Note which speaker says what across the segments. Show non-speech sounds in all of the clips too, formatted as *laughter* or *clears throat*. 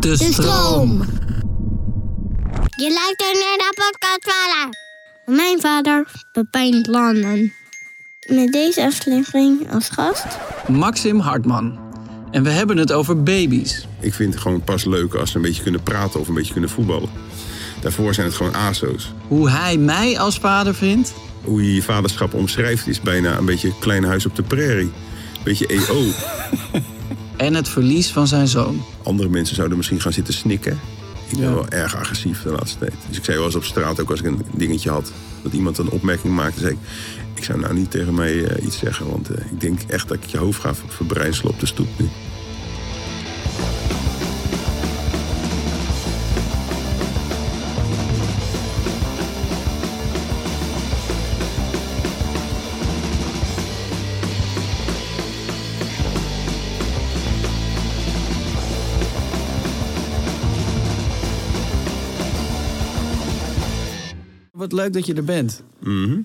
Speaker 1: De stroom.
Speaker 2: Je luistert naar de podcast Wala. Mijn vader, Pepijn Landen. Met deze aflevering als gast...
Speaker 1: Maxim Hartman. En we hebben het over baby's.
Speaker 3: Ik vind het gewoon pas leuk als ze een beetje kunnen praten of een beetje kunnen voetballen. Daarvoor zijn het gewoon ASO's.
Speaker 1: Hoe hij mij als vader vindt.
Speaker 3: Hoe je je vaderschap omschrijft is bijna een beetje een klein huis op de prairie. Een beetje E EO.
Speaker 1: En het verlies van zijn zoon.
Speaker 3: Andere mensen zouden misschien gaan zitten snikken. Ik ben wel erg agressief de laatste tijd. Dus ik zei wel eens op straat, ook als ik een dingetje had, dat iemand een opmerking maakte, zei ik, ik zou nou niet tegen mij eh, iets zeggen, want eh, ik denk echt dat ik je hoofd ga ver- verbrijzelen op de stoep nu.
Speaker 4: Wat leuk dat je er bent.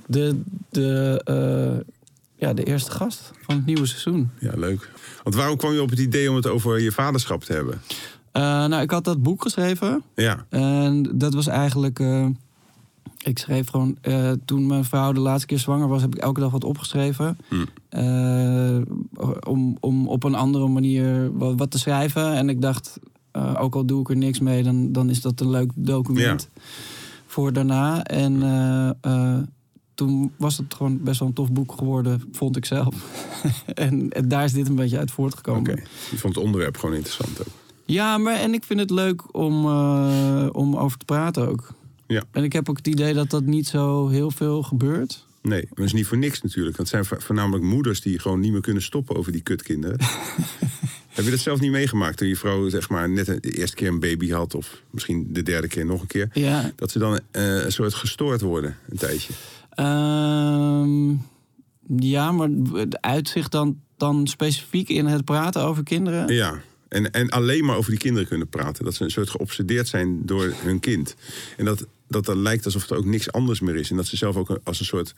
Speaker 4: De, de, eh, ja, de eerste gast van het nieuwe seizoen.
Speaker 3: Ja, leuk. Want waarom kwam je op het idee om het over je vaderschap te hebben?
Speaker 4: Eh, nou, ik had dat boek geschreven.
Speaker 3: Ja.
Speaker 4: En dat was eigenlijk. eh, ik schreef gewoon. eh, toen mijn vrouw de laatste keer zwanger was, heb ik elke dag wat opgeschreven. Eh, om, om op een andere manier wat, wat te schrijven. En ik dacht, eh, ook al doe ik er niks mee, dan, dan is dat een leuk document voor daarna. En eh, eh, toen was het gewoon best wel een tof boek geworden, vond ik zelf. *laughs* en, en daar is dit een beetje uit voortgekomen.
Speaker 3: Oké. Je vond het onderwerp gewoon interessant ook.
Speaker 4: Ja, maar en ik vind het leuk om, eh, om over te praten ook.
Speaker 3: Ja.
Speaker 4: En ik heb ook het idee dat dat niet zo heel veel gebeurt.
Speaker 3: Nee, maar dat is niet voor niks natuurlijk. Dat zijn vo- voornamelijk moeders die gewoon niet meer kunnen stoppen over die kutkinderen. Heb je dat zelf niet meegemaakt toen je vrouw zeg maar, net een- de eerste keer een baby had... of misschien de derde keer nog een keer?
Speaker 4: Ja.
Speaker 3: Dat ze dan eh, een soort gestoord worden een tijdje.
Speaker 4: Ehm, ja, maar het uitzicht dan, dan specifiek in het praten over kinderen.
Speaker 3: Ja, en, en alleen maar over die kinderen kunnen praten. Dat ze een soort geobsedeerd zijn door hun kind. En dat, dat dan lijkt alsof er ook niks anders meer is. En dat ze zelf ook als een soort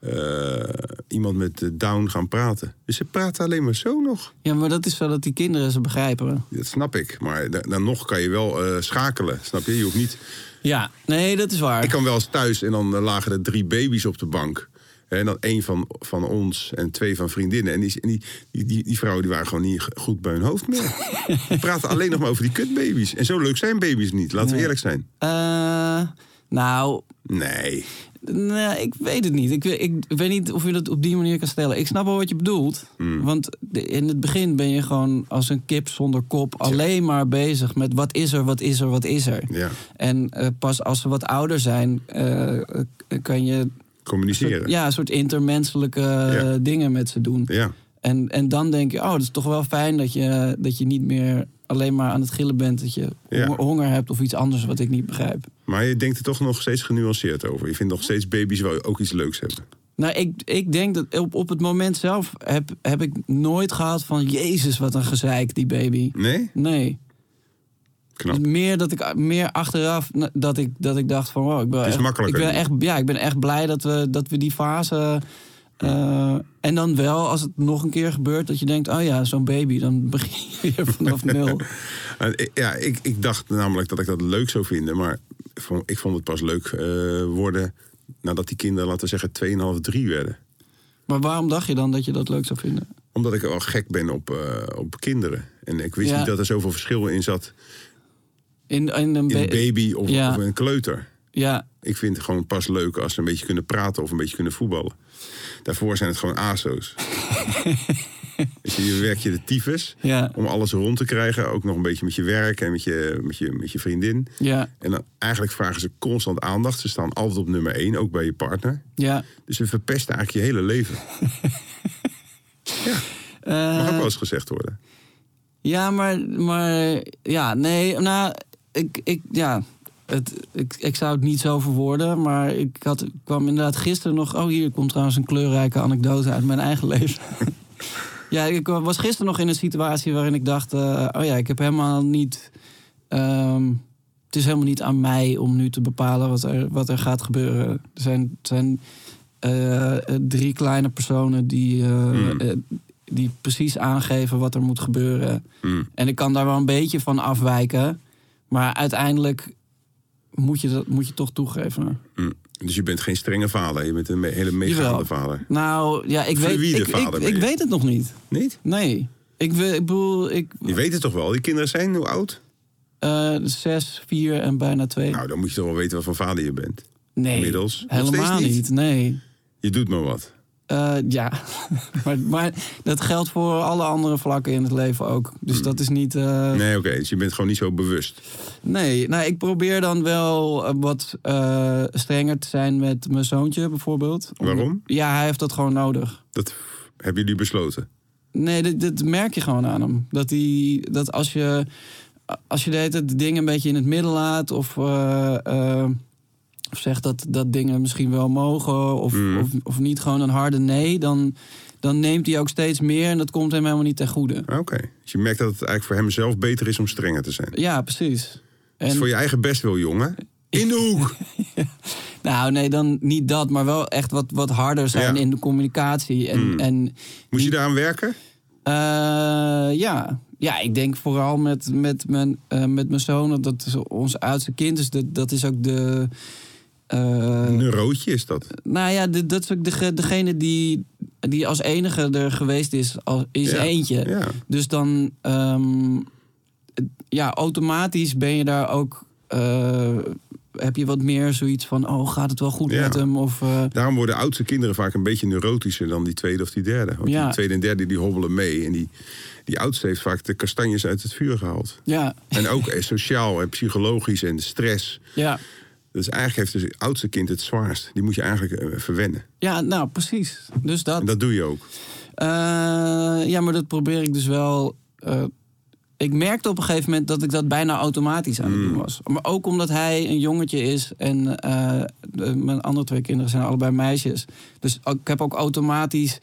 Speaker 3: eh, iemand met eh, down gaan praten. Dus ze praten alleen maar zo nog.
Speaker 4: Ja, maar dat is wel dat die kinderen ze begrijpen.
Speaker 3: Dat snap ik, maar da- dan nog kan je wel eh, schakelen, snap je? Je hoeft niet...
Speaker 4: Ja, nee, dat is waar.
Speaker 3: Ik kan wel eens thuis en dan eh, lagen er drie baby's op de bank. Hè, En dan één van, van ons en twee van vriendinnen. En die, en die, die, die, die vrouwen die waren gewoon niet g- goed bij hun hoofd meer. Die praten alleen nog maar over die kutbaby's. En zo leuk zijn baby's niet, laten we eerlijk zijn.
Speaker 4: Eh, nou,
Speaker 3: Nee.
Speaker 4: Nee, ik weet het niet. Ik, we- ik weet niet of je dat op die manier kan stellen. Ik snap wel wat je bedoelt.
Speaker 3: Hmm.
Speaker 4: Want de- in het begin ben je gewoon als een kip zonder kop alleen maar bezig met wat is er, wat is er, wat is er.
Speaker 3: Ja.
Speaker 4: En eh, pas als ze wat ouder zijn, eh, eh, kan je
Speaker 3: Communiceren.
Speaker 4: ja, een soort intermenselijke eh,
Speaker 3: Ja.
Speaker 4: dingen met ze doen.
Speaker 3: Ja.
Speaker 4: En, en dan denk je, oh, dat is toch wel fijn dat je, dat je niet meer alleen maar aan het gillen bent. Dat je
Speaker 3: Ja.
Speaker 4: honger, honger hebt of iets anders wat ik niet begrijp.
Speaker 3: Maar je denkt er toch nog steeds genuanceerd over. Je vindt nog steeds baby's wel ook iets leuks hebben.
Speaker 4: Nou, ik, ik denk dat op, op het moment zelf heb, heb ik nooit gehad van... Jezus, wat een gezeik, die baby.
Speaker 3: Nee?
Speaker 4: Nee. Dus
Speaker 3: Knap.
Speaker 4: Meer, dat ik, meer achteraf na- dat ik, dat ik dacht van... Wow, ik ben
Speaker 3: is
Speaker 4: echt,
Speaker 3: makkelijker
Speaker 4: Ik ben
Speaker 3: nu.
Speaker 4: echt, ja, ik ben echt blij dat we, dat we die fase... eh, en dan wel, als het nog een keer gebeurt, dat je denkt... Oh ja, zo'n baby, dan *laughs* begin je weer
Speaker 3: *laughs*
Speaker 4: vanaf nul.
Speaker 3: En ik- eh, Ja, ik, ik dacht namelijk dat ik dat leuk zou vinden. Maar ik vond- ik vond het pas leuk eh, worden nadat die kinderen, laten we zeggen, 2,5, 3 werden.
Speaker 4: Maar waarom dacht je dan dat je dat leuk zou vinden?
Speaker 3: Omdat ik wel gek ben op, eh, op kinderen. En ik wist
Speaker 4: Ja.
Speaker 3: niet dat er zoveel verschil in zat
Speaker 4: In, in een
Speaker 3: in
Speaker 4: ba-
Speaker 3: een baby of,
Speaker 4: Ja.
Speaker 3: of een kleuter.
Speaker 4: Ja,
Speaker 3: Ik vind het gewoon pas leuk als ze een beetje kunnen praten of een beetje kunnen voetballen. Daarvoor zijn het gewoon
Speaker 4: *laughs*
Speaker 3: ASO's. dus je werk je de tyfus
Speaker 4: Ja.
Speaker 3: om alles rond te krijgen. Ook nog een beetje met je werk en met je, met je, met je vriendin.
Speaker 4: ja,
Speaker 3: En dan eigenlijk vragen ze constant aandacht. Ze staan altijd op nummer één, ook bij je partner.
Speaker 4: ja.
Speaker 3: Dus ze verpesten eigenlijk
Speaker 4: *laughs*
Speaker 3: je
Speaker 4: Eh,
Speaker 3: hele leven. ja, mag ook wel eens gezegd worden.
Speaker 4: Ja, maar, maar ja, nee, nou, ik, ik, ja, het, ik, ik zou het niet zo verwoorden, maar ik, had, ik kwam inderdaad gisteren nog... Oh, hier komt trouwens een kleurrijke anekdote uit mijn eigen *laughs* leven. ja, ik was gisteren nog in een situatie waarin ik dacht... eh, oh ja, ik heb helemaal niet... ehm, het is helemaal niet aan mij om nu te bepalen wat er, wat er gaat gebeuren. Er zijn, het zijn eh, eh, drie kleine personen die, eh, eh, die precies aangeven wat er moet gebeuren.
Speaker 3: Mm.
Speaker 4: En ik kan daar wel een beetje van afwijken. Maar uiteindelijk moet je, dat, moet je toch toegeven.
Speaker 3: Mm. Dus je bent geen strenge vader, je bent een me- hele meegaande
Speaker 4: Jawel.
Speaker 3: vader.
Speaker 4: Nou, ja, ik weet,
Speaker 3: Fluïde
Speaker 4: ik, ik,
Speaker 3: vader ben
Speaker 4: ik
Speaker 3: je.
Speaker 4: weet het nog niet.
Speaker 3: Niet?
Speaker 4: Nee. Ik, we- ik bedoel, ik,
Speaker 3: Je weet het toch wel? Die kinderen zijn hoe oud?
Speaker 4: eh, zes, vier en bijna twee.
Speaker 3: Nou, dan moet je toch wel weten wat voor vader je bent.
Speaker 4: nee,
Speaker 3: inmiddels nog
Speaker 4: helemaal
Speaker 3: steeds niet.
Speaker 4: niet. Nee.
Speaker 3: Je doet maar wat.
Speaker 4: Eh, ja, *laughs* maar, maar dat geldt voor alle andere vlakken in het leven ook. Dus dat is niet... eh,
Speaker 3: Hmm. Nee, oké. dus je bent gewoon niet zo bewust.
Speaker 4: Nee, nou, ik probeer dan wel eh, wat eh, strenger te zijn met mijn zoontje bijvoorbeeld. Om-
Speaker 3: Waarom?
Speaker 4: Ja, hij heeft dat gewoon nodig.
Speaker 3: Dat hebben jullie besloten.
Speaker 4: Nee, dat, dat merk je gewoon aan hem. Dat, die, dat als je, als je de hele tijd de dingen een beetje in het midden laat... of, eh, eh, of zegt dat, dat dingen misschien wel mogen of,
Speaker 3: Mm.
Speaker 4: of, of niet gewoon een harde nee... Dan, dan neemt hij ook steeds meer en dat komt hem helemaal niet ten goede.
Speaker 3: Ah, Oké. Dus je merkt dat het eigenlijk voor hemzelf beter is om strenger te zijn.
Speaker 4: Ja, precies. En,
Speaker 3: Dus voor je eigen best wil, jongen. In de hoek!
Speaker 4: *laughs* Nou, nee, dan niet dat, maar wel echt wat, wat harder zijn
Speaker 3: Ja. Mm.
Speaker 4: in de communicatie. En, en
Speaker 3: Moest je daaraan werken?
Speaker 4: eh, ja. ja, ik denk vooral met, met, mijn, eh, met mijn zoon, dat is ons oudste kind, dus dat, dat is ook de. eh,
Speaker 3: Een roodje is dat.
Speaker 4: nou ja, de- dat is ook dege- degene die, die als enige er geweest is, als, is
Speaker 3: Ja,
Speaker 4: eentje.
Speaker 3: ja.
Speaker 4: Dus dan, ehm, het- ja, automatisch ben je daar ook. eh, heb je wat meer zoiets van, oh, gaat het wel goed
Speaker 3: Ja.
Speaker 4: met hem? Of, eh,
Speaker 3: Daarom worden oudste kinderen vaak een beetje neurotischer dan die tweede of die derde. Want
Speaker 4: Ja.
Speaker 3: die tweede en derde die hobbelen mee. En die, die oudste heeft vaak de kastanjes uit het vuur gehaald.
Speaker 4: ja,
Speaker 3: En ook eh, sociaal en psychologisch en stress.
Speaker 4: ja.
Speaker 3: Dus eigenlijk heeft het oudste kind het zwaarst. Die moet je eigenlijk eh, verwennen.
Speaker 4: Ja, nou precies. Dus dat.
Speaker 3: En dat doe je ook.
Speaker 4: Eh, ja, maar dat probeer ik dus wel. eh, ik merkte op een gegeven moment dat ik dat bijna automatisch aan het
Speaker 3: Hmm.
Speaker 4: doen was. Maar ook omdat hij een jongetje is en eh, de- mijn andere twee kinderen zijn allebei meisjes. Dus ook- ik heb ook automatisch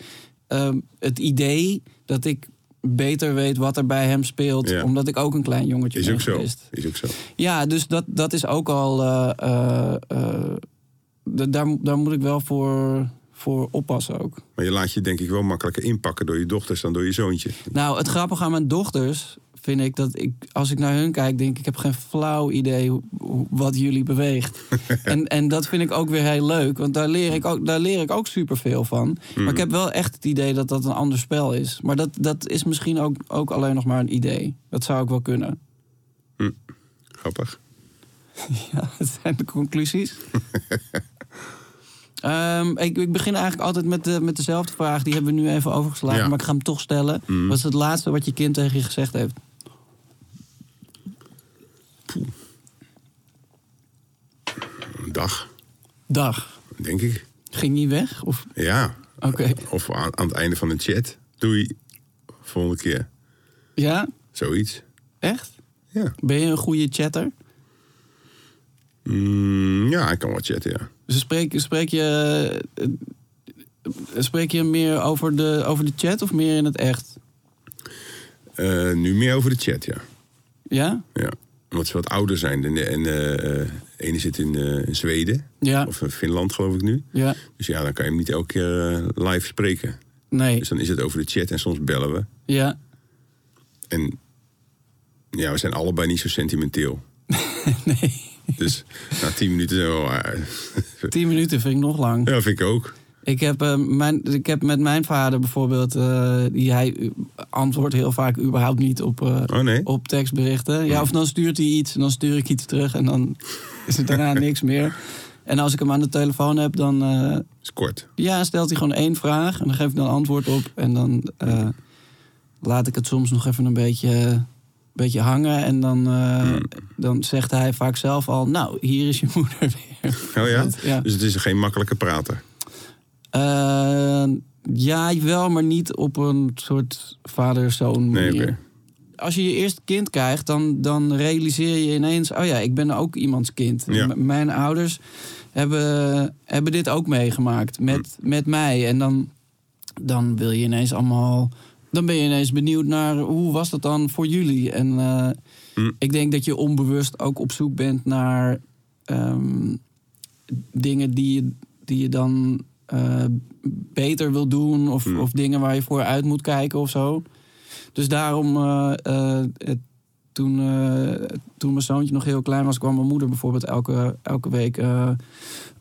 Speaker 4: eh, het idee dat ik beter weet wat er bij hem speelt.
Speaker 3: Ja.
Speaker 4: Omdat ik ook een klein jongetje
Speaker 3: Is
Speaker 4: ben
Speaker 3: ook zo.
Speaker 4: geweest.
Speaker 3: Is ook zo.
Speaker 4: Ja, dus dat, dat is ook al. eh, eh, eh, d- daar, daar moet ik wel voor, voor oppassen ook.
Speaker 3: Maar je laat je denk ik wel makkelijker inpakken door je dochters dan door je zoontje.
Speaker 4: Nou, het grappige aan mijn dochters vind ik dat ik, als ik naar hun kijk, denk ik, ik heb geen flauw idee hoe- hoe- wat jullie beweegt. en, en dat vind ik ook weer heel leuk, want daar leer ik ook, daar leer ik ook superveel van. Maar ik heb wel echt het idee dat dat een ander spel is. Maar dat, dat is misschien ook, ook alleen nog maar een idee. Dat zou ook wel kunnen. *laughs*
Speaker 3: Grappig.
Speaker 4: Ja, dat zijn de conclusies. Ehm, ik, ik begin eigenlijk altijd met, de, met dezelfde vraag. Die hebben we nu even overgeslagen,
Speaker 3: Ja.
Speaker 4: maar ik ga hem toch stellen. Wat is het laatste wat je kind tegen je gezegd heeft?
Speaker 3: Een dag,
Speaker 4: Dag.
Speaker 3: denk ik.
Speaker 4: Ging niet weg? Of...
Speaker 3: Ja.
Speaker 4: Oké.
Speaker 3: Of aan, aan het einde van een chat. Doei. Volgende keer.
Speaker 4: Ja?
Speaker 3: Zoiets.
Speaker 4: Echt?
Speaker 3: Ja.
Speaker 4: Ben je een goede chatter?
Speaker 3: Mm, ja, ik kan wel chatten, ja.
Speaker 4: Dus spreek, spreek je... eh, Spreek je meer over de, over de chat of meer in het echt?
Speaker 3: Eh, nu meer over de chat, ja.
Speaker 4: Ja?
Speaker 3: ja. Omdat ze wat ouder zijn. En, en eh, eh, ene zit in, eh, in Zweden.
Speaker 4: Ja.
Speaker 3: Of in Finland, geloof ik nu.
Speaker 4: Ja.
Speaker 3: Dus ja, dan kan je hem niet elke keer eh, live spreken.
Speaker 4: Nee.
Speaker 3: Dus dan is het over de chat en soms bellen we.
Speaker 4: Ja. *laughs*
Speaker 3: En ja, we zijn allebei niet zo sentimenteel.
Speaker 4: *laughs* Nee.
Speaker 3: Dus na tien minuten zijn we wel... eh, *laughs*
Speaker 4: Tien minuten vind ik nog lang.
Speaker 3: ja, vind ik ook.
Speaker 4: Ik heb, eh, mijn, ik heb met mijn vader bijvoorbeeld, eh, die, hij eh, antwoordt heel vaak überhaupt niet op, eh,
Speaker 3: Oh, nee?
Speaker 4: op tekstberichten. Ja, of dan stuurt hij iets en dan stuur ik iets terug en dan is het
Speaker 3: *laughs*
Speaker 4: daarna niks meer. En als ik hem aan de telefoon heb, dan eh,
Speaker 3: is kort.
Speaker 4: ja, stelt hij gewoon één vraag en dan geef ik dan antwoord op. En dan eh, laat ik het soms nog even een beetje, beetje hangen. En dan, eh,
Speaker 3: Hmm.
Speaker 4: dan zegt hij vaak zelf al, nou, hier is je *laughs* moeder weer.
Speaker 3: Oh ja?
Speaker 4: Ja.
Speaker 3: Dus het is geen makkelijke prater.
Speaker 4: Eh, ja, wel, maar niet op een soort vader-zoon
Speaker 3: Nee,
Speaker 4: manier.
Speaker 3: oké.
Speaker 4: als je je eerste kind krijgt, dan, dan realiseer je ineens... oh ja, ik ben ook iemands kind.
Speaker 3: Ja.
Speaker 4: M- mijn ouders hebben, hebben dit ook meegemaakt met, met mij. En dan, dan wil je ineens allemaal... dan ben je ineens benieuwd naar hoe was dat dan voor jullie. En eh, ik denk dat je onbewust ook op zoek bent naar... ehm, dingen die je, die je dan eh, beter wil doen. Of, of dingen waar je voor uit moet kijken of zo. Dus daarom, eh, eh, het- toen, eh, toen mijn zoontje nog heel klein was, kwam mijn moeder bijvoorbeeld elke, elke week eh,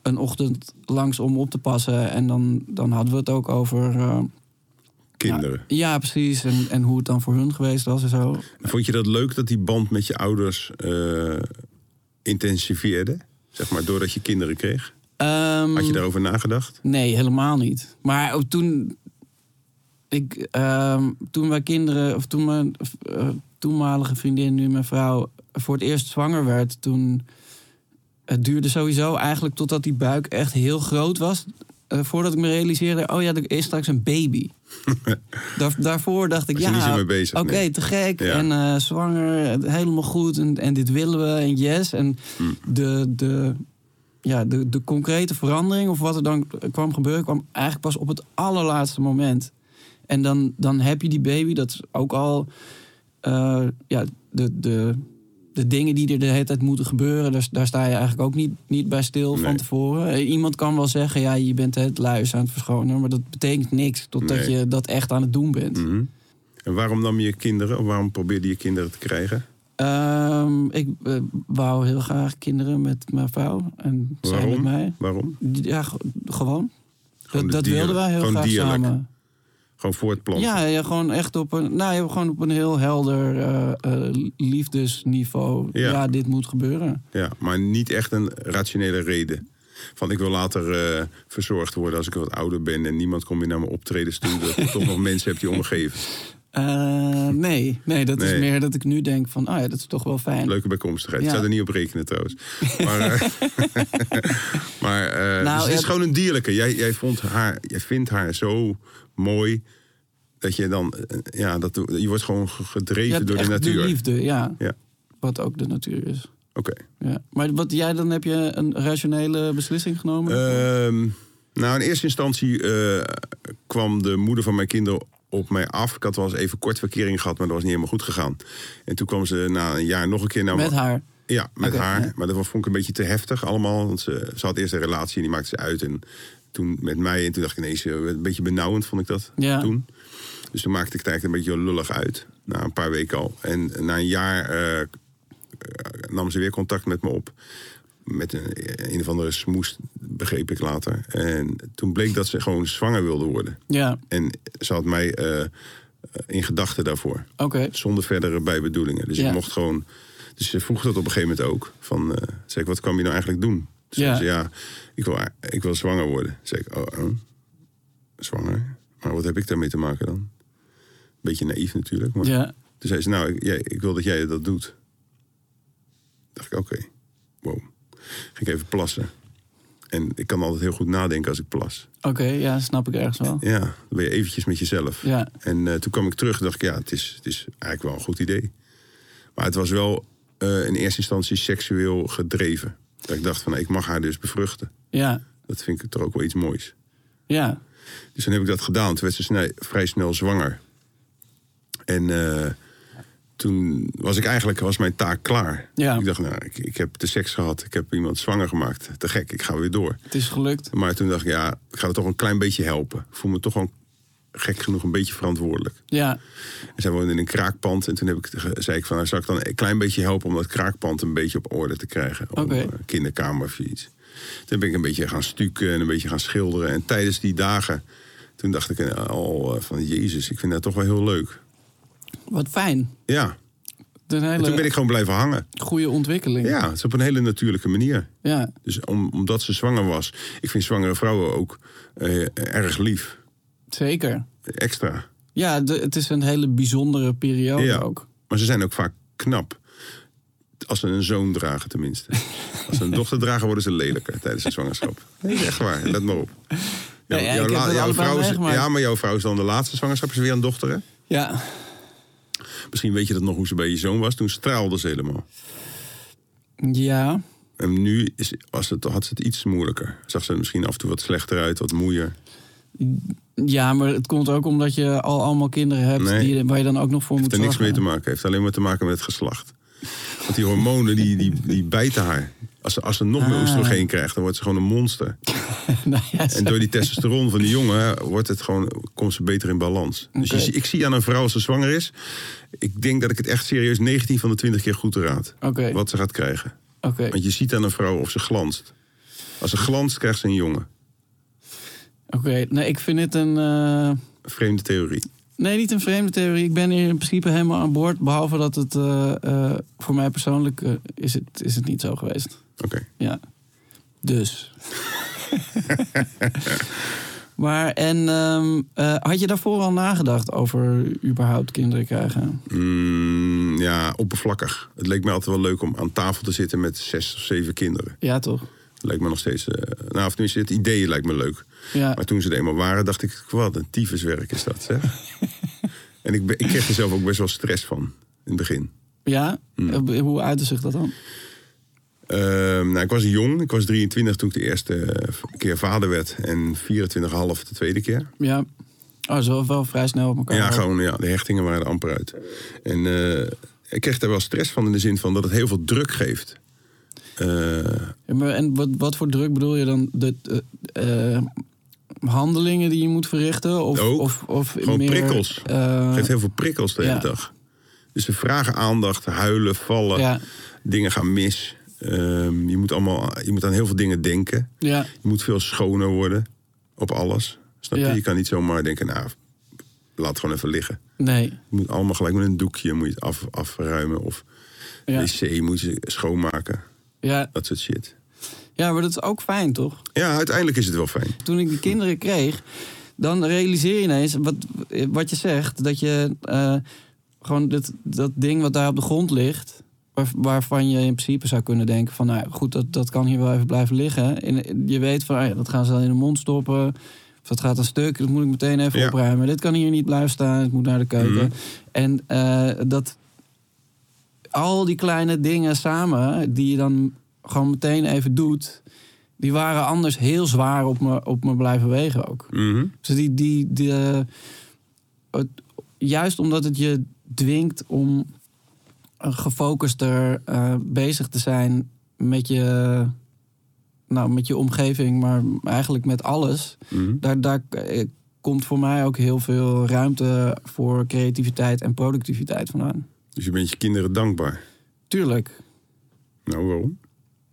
Speaker 4: een ochtend langs om op te passen. En dan, dan hadden we het ook over. eh,
Speaker 3: Kinderen.
Speaker 4: ja, precies. En, en hoe het dan voor hun geweest was en zo.
Speaker 3: Vond je dat leuk dat die band met je ouders eh, intensiveerde? Zeg maar, doordat je kinderen kreeg?
Speaker 4: Ehm,
Speaker 3: Had je daarover nagedacht?
Speaker 4: Nee, helemaal niet. Maar ook toen. Ik, ehm, toen wij kinderen, of toen mijn eh, toenmalige vriendin, nu mijn vrouw, voor het eerst zwanger werd, toen. Het duurde sowieso eigenlijk totdat die buik echt heel groot was. eh, voordat ik me realiseerde, oh ja, er is straks een
Speaker 3: *laughs*
Speaker 4: baby. Daar, daarvoor dacht ik,
Speaker 3: Was je niet zo
Speaker 4: ja,
Speaker 3: mee
Speaker 4: oké,
Speaker 3: bezig, nee.
Speaker 4: te gek.
Speaker 3: Ja.
Speaker 4: En eh, zwanger, het- helemaal goed. En, en dit willen we, en yes. En
Speaker 3: Hm.
Speaker 4: de, de, ja, de, de concrete verandering of wat er dan kwam gebeuren, kwam eigenlijk pas op het allerlaatste moment. En dan, dan heb je die baby, dat is ook al eh, ja, de, de, de dingen die er de hele tijd moeten gebeuren, daar, daar sta je eigenlijk ook niet, niet bij stil
Speaker 3: Nee.
Speaker 4: van tevoren. Eh, Iemand kan wel zeggen, ja, je bent het luis aan het verschonen, maar dat betekent niks totdat
Speaker 3: Nee.
Speaker 4: je dat echt aan het doen bent.
Speaker 3: Mhm. En waarom nam je kinderen? Of waarom probeerde je kinderen te krijgen?
Speaker 4: Ehm, ik eh, wou heel graag kinderen met mijn vrouw en zij met
Speaker 3: Waarom?
Speaker 4: mij.
Speaker 3: Waarom?
Speaker 4: Ja, ge- gewoon. dat
Speaker 3: Gewoon de
Speaker 4: dat
Speaker 3: dier-
Speaker 4: wilden wij heel
Speaker 3: gewoon
Speaker 4: graag
Speaker 3: dierlijk.
Speaker 4: samen.
Speaker 3: Gewoon voortplanten?
Speaker 4: Ja, ja, gewoon echt op een, nou, ja, gewoon op een heel helder eh, eh, liefdesniveau.
Speaker 3: Ja.
Speaker 4: Ja. dit moet gebeuren.
Speaker 3: Ja, maar niet echt een rationele reden. Van ik wil later eh, verzorgd worden als ik wat ouder ben en niemand komt meer naar mijn optredens toe.
Speaker 4: *laughs*
Speaker 3: Dat ik toch nog mensen heb die omgeven.
Speaker 4: Eh, nee, nee, dat
Speaker 3: Nee.
Speaker 4: is meer dat ik nu denk van, ah ja, dat is toch wel fijn.
Speaker 3: Leuke bijkomstigheid. Ik
Speaker 4: Ja.
Speaker 3: zou er niet op rekenen trouwens. Maar, eh, *laughs* maar eh,
Speaker 4: Nou,
Speaker 3: dus het is
Speaker 4: ja,
Speaker 3: gewoon een dierlijke. Jij, jij, vond haar, jij vindt haar zo mooi dat je dan, eh, ja, dat, je wordt gewoon ge-
Speaker 4: Je
Speaker 3: gedreven
Speaker 4: hebt
Speaker 3: door de
Speaker 4: echt
Speaker 3: natuur.
Speaker 4: De liefde, ja.
Speaker 3: Ja,
Speaker 4: Wat ook de natuur is.
Speaker 3: oké.
Speaker 4: Ja. Maar wat jij dan heb je een rationele beslissing genomen?
Speaker 3: Ehm, nou, in eerste instantie eh, kwam de moeder van mijn kinderen op mij af. Ik had wel eens even kort verkering gehad, maar dat was niet helemaal goed gegaan. En toen kwam ze na een jaar nog een keer naar me.
Speaker 4: met haar.
Speaker 3: Ja, met
Speaker 4: Oké,
Speaker 3: haar.
Speaker 4: ja.
Speaker 3: Maar dat vond ik een beetje te heftig allemaal. Want ze, ze had eerst een relatie en die maakte ze uit. En toen met mij. En toen dacht ik ineens, eh, een beetje benauwend vond ik dat
Speaker 4: Ja.
Speaker 3: toen. Dus toen maakte ik het eigenlijk een beetje lullig uit. Na een paar weken al. En na een jaar eh, eh, nam ze weer contact met me op. Met een, een of andere smoes, begreep ik later. En toen bleek dat ze gewoon zwanger wilde worden.
Speaker 4: Ja,
Speaker 3: En ze had mij eh, in gedachten daarvoor
Speaker 4: oké.
Speaker 3: zonder verdere bijbedoelingen. Dus
Speaker 4: Ja.
Speaker 3: ik mocht gewoon. Dus ze vroeg dat op een gegeven moment ook. Van, eh, zeg ik, wat kwam je nou eigenlijk doen? Toen
Speaker 4: Ja.
Speaker 3: zei ze, ja, ik wil, ik wil zwanger worden. Zeg ik, oh, oh, zwanger? Maar wat heb ik daarmee te maken dan? Beetje naïef natuurlijk. Maar
Speaker 4: Ja.
Speaker 3: Toen zei ze, nou, ik, jij, ik wil dat jij dat doet. Dacht ik, oké, wow. Ging ik even plassen. En ik kan altijd heel goed nadenken als ik plas.
Speaker 4: Oké, ja, snap ik ergens wel.
Speaker 3: Ja, dan ben je eventjes met jezelf.
Speaker 4: Ja.
Speaker 3: En eh, toen kwam ik terug en dacht ik, ja, het is, het is eigenlijk wel een goed idee. Maar het was wel eh, in eerste instantie seksueel gedreven. Dat ik dacht van, ik mag haar dus bevruchten.
Speaker 4: Ja,
Speaker 3: Dat vind ik toch ook wel iets moois.
Speaker 4: ja.
Speaker 3: Dus dan heb ik dat gedaan. Toen werd ze snel, vrij snel zwanger. En eh, toen was ik eigenlijk, was mijn taak klaar.
Speaker 4: Ja.
Speaker 3: Ik dacht, nou, ik, ik heb de seks gehad. Ik heb iemand zwanger gemaakt. Te gek, ik ga weer door.
Speaker 4: Het is gelukt.
Speaker 3: Maar toen dacht ik, ja, ik ga er toch een klein beetje helpen. Ik voel me toch gewoon gek genoeg een beetje verantwoordelijk.
Speaker 4: Ja,
Speaker 3: En zij woonde in een kraakpand. En toen heb ik, ge- zei ik van, nou, zou ik dan een klein beetje helpen... om dat kraakpand een beetje op orde te krijgen. Om
Speaker 4: Oké.
Speaker 3: eh, kinderkamer of iets. Toen ben ik een beetje gaan stukken en een beetje gaan schilderen. En tijdens die dagen, toen dacht ik eh, al eh, van... Jezus, ik vind dat toch wel heel leuk.
Speaker 4: wat fijn.
Speaker 3: Ja,
Speaker 4: Het is een
Speaker 3: en toen ben
Speaker 4: hele
Speaker 3: ik gewoon blijven hangen.
Speaker 4: goede ontwikkeling.
Speaker 3: Ja, het is op een hele natuurlijke manier.
Speaker 4: ja.
Speaker 3: Dus om, omdat ze zwanger was. Ik vind zwangere vrouwen ook eh, erg lief.
Speaker 4: zeker.
Speaker 3: Extra.
Speaker 4: Ja, de- het is een hele bijzondere periode ook.
Speaker 3: Maar ze zijn ook vaak knap. Als ze een zoon dragen, tenminste. Als ze een dochter dragen, worden ze lelijker tijdens de zwangerschap. Nee, echt waar, let maar op. Jouw-
Speaker 4: Nee, ja,
Speaker 3: jouw
Speaker 4: ik heb
Speaker 3: la-
Speaker 4: dat
Speaker 3: jouw
Speaker 4: allebei
Speaker 3: vrouw is,
Speaker 4: meegemaakt.
Speaker 3: ja, maar jouw vrouw is dan de laatste zwangerschap, is weer een dochter. hè?
Speaker 4: Ja,
Speaker 3: Misschien weet je dat nog hoe ze bij je zoon was. Toen straalde ze helemaal.
Speaker 4: Ja,
Speaker 3: En nu is, was het, had ze het iets moeilijker. Zag ze er misschien af en toe wat slechter uit, wat moeier.
Speaker 4: ja, maar het komt ook omdat je al allemaal kinderen hebt
Speaker 3: Nee.
Speaker 4: die, waar je dan ook nog voor
Speaker 3: Heeft
Speaker 4: moet
Speaker 3: er niks mee
Speaker 4: zorgen.
Speaker 3: te maken. Heeft alleen maar te maken met het geslacht. Want die hormonen, die, die, die bijten haar. Als ze, als ze nog meer
Speaker 4: Ah.
Speaker 3: oestrogeen krijgt, dan wordt ze gewoon een
Speaker 4: *laughs*
Speaker 3: monster.
Speaker 4: nou, ja,
Speaker 3: En door die testosteron van die jongen wordt het gewoon, komt ze beter in balans. Dus je
Speaker 4: Oké.
Speaker 3: zie- ik zie aan een vrouw als ze zwanger is. Ik denk dat ik het echt serieus 19 van de 20 keer goed raad.
Speaker 4: Oké.
Speaker 3: Wat ze gaat krijgen.
Speaker 4: Oké,
Speaker 3: Want je ziet aan een vrouw of ze glanst. Als ze glanst, krijgt ze een jongen.
Speaker 4: oké. nee, ik vind dit een... eh,
Speaker 3: Vreemde theorie.
Speaker 4: Nee, niet een vreemde theorie. Ik ben hier in principe helemaal aan boord. Behalve dat het eh, eh, voor mij persoonlijk eh, is, het, is het niet zo geweest.
Speaker 3: Oké.
Speaker 4: Ja. *laughs* Dus. maar en ehm, eh, had je daarvoor al nagedacht over überhaupt kinderen krijgen?
Speaker 3: Mm, ja, oppervlakkig. Het leek mij altijd wel leuk om aan tafel te zitten met zes of zeven kinderen.
Speaker 4: Ja, toch?
Speaker 3: Dat lijkt me nog steeds. eh, nou, of tenminste, het idee lijkt me leuk.
Speaker 4: Ja.
Speaker 3: Maar toen ze er eenmaal waren, dacht ik: wat een tyfuswerk is dat, zeg.
Speaker 4: *laughs*
Speaker 3: en ik, be- ik kreeg er zelf ook best wel stress van in het begin.
Speaker 4: Ja? Eh, Hoe uitte zich dat dan?
Speaker 3: Ehm, nou, ik was jong, ik was 23 toen ik de eerste eh, keer vader werd. En 24,5 de tweede keer.
Speaker 4: Ja. Oh, zo wel, wel vrij snel op elkaar.
Speaker 3: Ja, gewoon, ja, de hechtingen waren er amper uit. En eh, ik kreeg daar wel stress van in de zin van dat het heel veel druk geeft. Eh,
Speaker 4: Ja, maar en wat, wat voor druk bedoel je dan? De, eh, eh, handelingen die je moet verrichten? Of,
Speaker 3: Ook.
Speaker 4: of, of
Speaker 3: Gewoon
Speaker 4: meer,
Speaker 3: prikkels.
Speaker 4: eh,
Speaker 3: geeft heel veel prikkels de hele
Speaker 4: ja.
Speaker 3: dag. Dus ze vragen aandacht, huilen, vallen.
Speaker 4: Ja.
Speaker 3: Dingen gaan mis. Ehm, je, moet allemaal, je moet aan heel veel dingen denken.
Speaker 4: ja,
Speaker 3: Je moet veel schoner worden op alles. Snap je?
Speaker 4: Ja.
Speaker 3: Je kan niet zomaar denken, nou, laat het gewoon even liggen.
Speaker 4: nee.
Speaker 3: Je moet allemaal gelijk met een doekje moet je het af, afruimen. Of
Speaker 4: Ja.
Speaker 3: wc moet je schoonmaken.
Speaker 4: Ja.
Speaker 3: Dat soort shit.
Speaker 4: ja, maar dat is ook fijn, toch?
Speaker 3: Ja, uiteindelijk is het wel fijn.
Speaker 4: Toen ik die kinderen kreeg, dan realiseer je ineens wat, wat je zegt. Dat je eh, gewoon dit, dat ding wat daar op de grond ligt... waar- Waarvan je in principe zou kunnen denken van... nou goed, dat, dat kan hier wel even blijven liggen. En je weet van, ah ja, dat gaan ze dan in de mond stoppen. Of dat gaat een stuk, dat moet ik meteen even
Speaker 3: Ja.
Speaker 4: opruimen. Dit kan hier niet blijven staan, het moet naar de keuken.
Speaker 3: Mhm.
Speaker 4: En eh, dat al die kleine dingen samen, die je dan gewoon meteen even doet... die waren anders heel zwaar op me, op me blijven wegen ook.
Speaker 3: Mhm.
Speaker 4: Dus die, die, die, eh, het- juist omdat het je dwingt om eh, gefocuster eh, bezig te zijn met je, nou, met je omgeving, maar eigenlijk met alles.
Speaker 3: Mhm.
Speaker 4: Daar, daar eh, komt voor mij ook heel veel ruimte voor creativiteit en productiviteit vandaan.
Speaker 3: Dus je bent je kinderen dankbaar.
Speaker 4: Tuurlijk.
Speaker 3: Nou, waarom?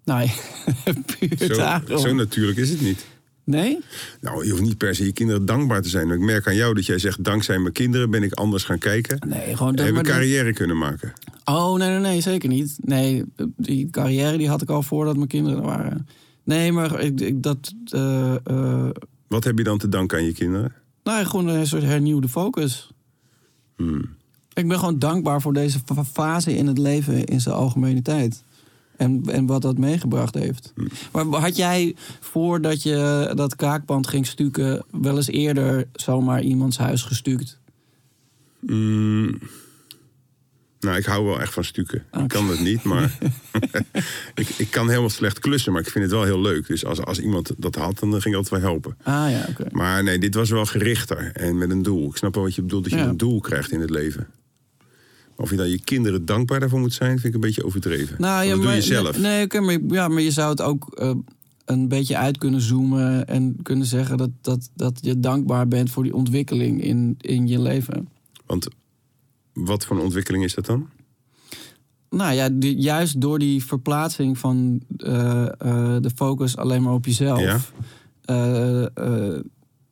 Speaker 4: Nou, *laughs* puur
Speaker 3: Zo,
Speaker 4: daarom.
Speaker 3: zo natuurlijk is het niet.
Speaker 4: Nee?
Speaker 3: Nou, je hoeft niet per se je kinderen dankbaar te zijn. Ik merk aan jou dat jij zegt, dankzij mijn kinderen ben ik anders gaan kijken.
Speaker 4: Nee, gewoon...
Speaker 3: En heb
Speaker 4: maar
Speaker 3: ik carrière kunnen maken.
Speaker 4: Oh, nee, nee, nee, zeker niet. Nee, die carrière die had ik al voordat mijn kinderen er waren. Nee, maar ik, ik, dat... eh, eh,
Speaker 3: Wat heb je dan te danken aan je kinderen?
Speaker 4: nou, ja, gewoon een soort hernieuwde focus.
Speaker 3: Hmm.
Speaker 4: Ik ben gewoon dankbaar voor deze fa- fase in het leven in zijn algemeniteit. En, en wat dat meegebracht heeft. Maar had jij, voordat je dat kraakband ging stukken... wel eens eerder zomaar iemands huis gestuukt?
Speaker 3: Mm. Nou, ik hou wel echt van stukken.
Speaker 4: Oké.
Speaker 3: Ik kan dat niet, maar
Speaker 4: *laughs*
Speaker 3: *laughs* ik, ik kan helemaal slecht klussen, maar ik vind het wel heel leuk. Dus als, als iemand dat had, dan ging ik altijd wel helpen.
Speaker 4: Ah ja, oké.
Speaker 3: Maar nee, dit was wel gerichter en met een doel. Ik snap wel wat je bedoelt, dat je
Speaker 4: Ja.
Speaker 3: een doel krijgt in het leven. Maar Of je dan je kinderen dankbaar daarvoor moet zijn, vind ik een beetje overdreven.
Speaker 4: Nou,
Speaker 3: Want
Speaker 4: ja,
Speaker 3: dat
Speaker 4: maar,
Speaker 3: doe je zelf.
Speaker 4: Nee, nee, oké, maar, ja, maar je zou het ook eh, een beetje uit kunnen zoomen en kunnen zeggen dat, dat, dat je dankbaar bent voor die ontwikkeling in, in je leven.
Speaker 3: Want wat voor een ontwikkeling is dat dan?
Speaker 4: Nou ja, die- juist door die verplaatsing van eh, eh, de focus alleen maar op jezelf.
Speaker 3: Ja.
Speaker 4: eh, eh,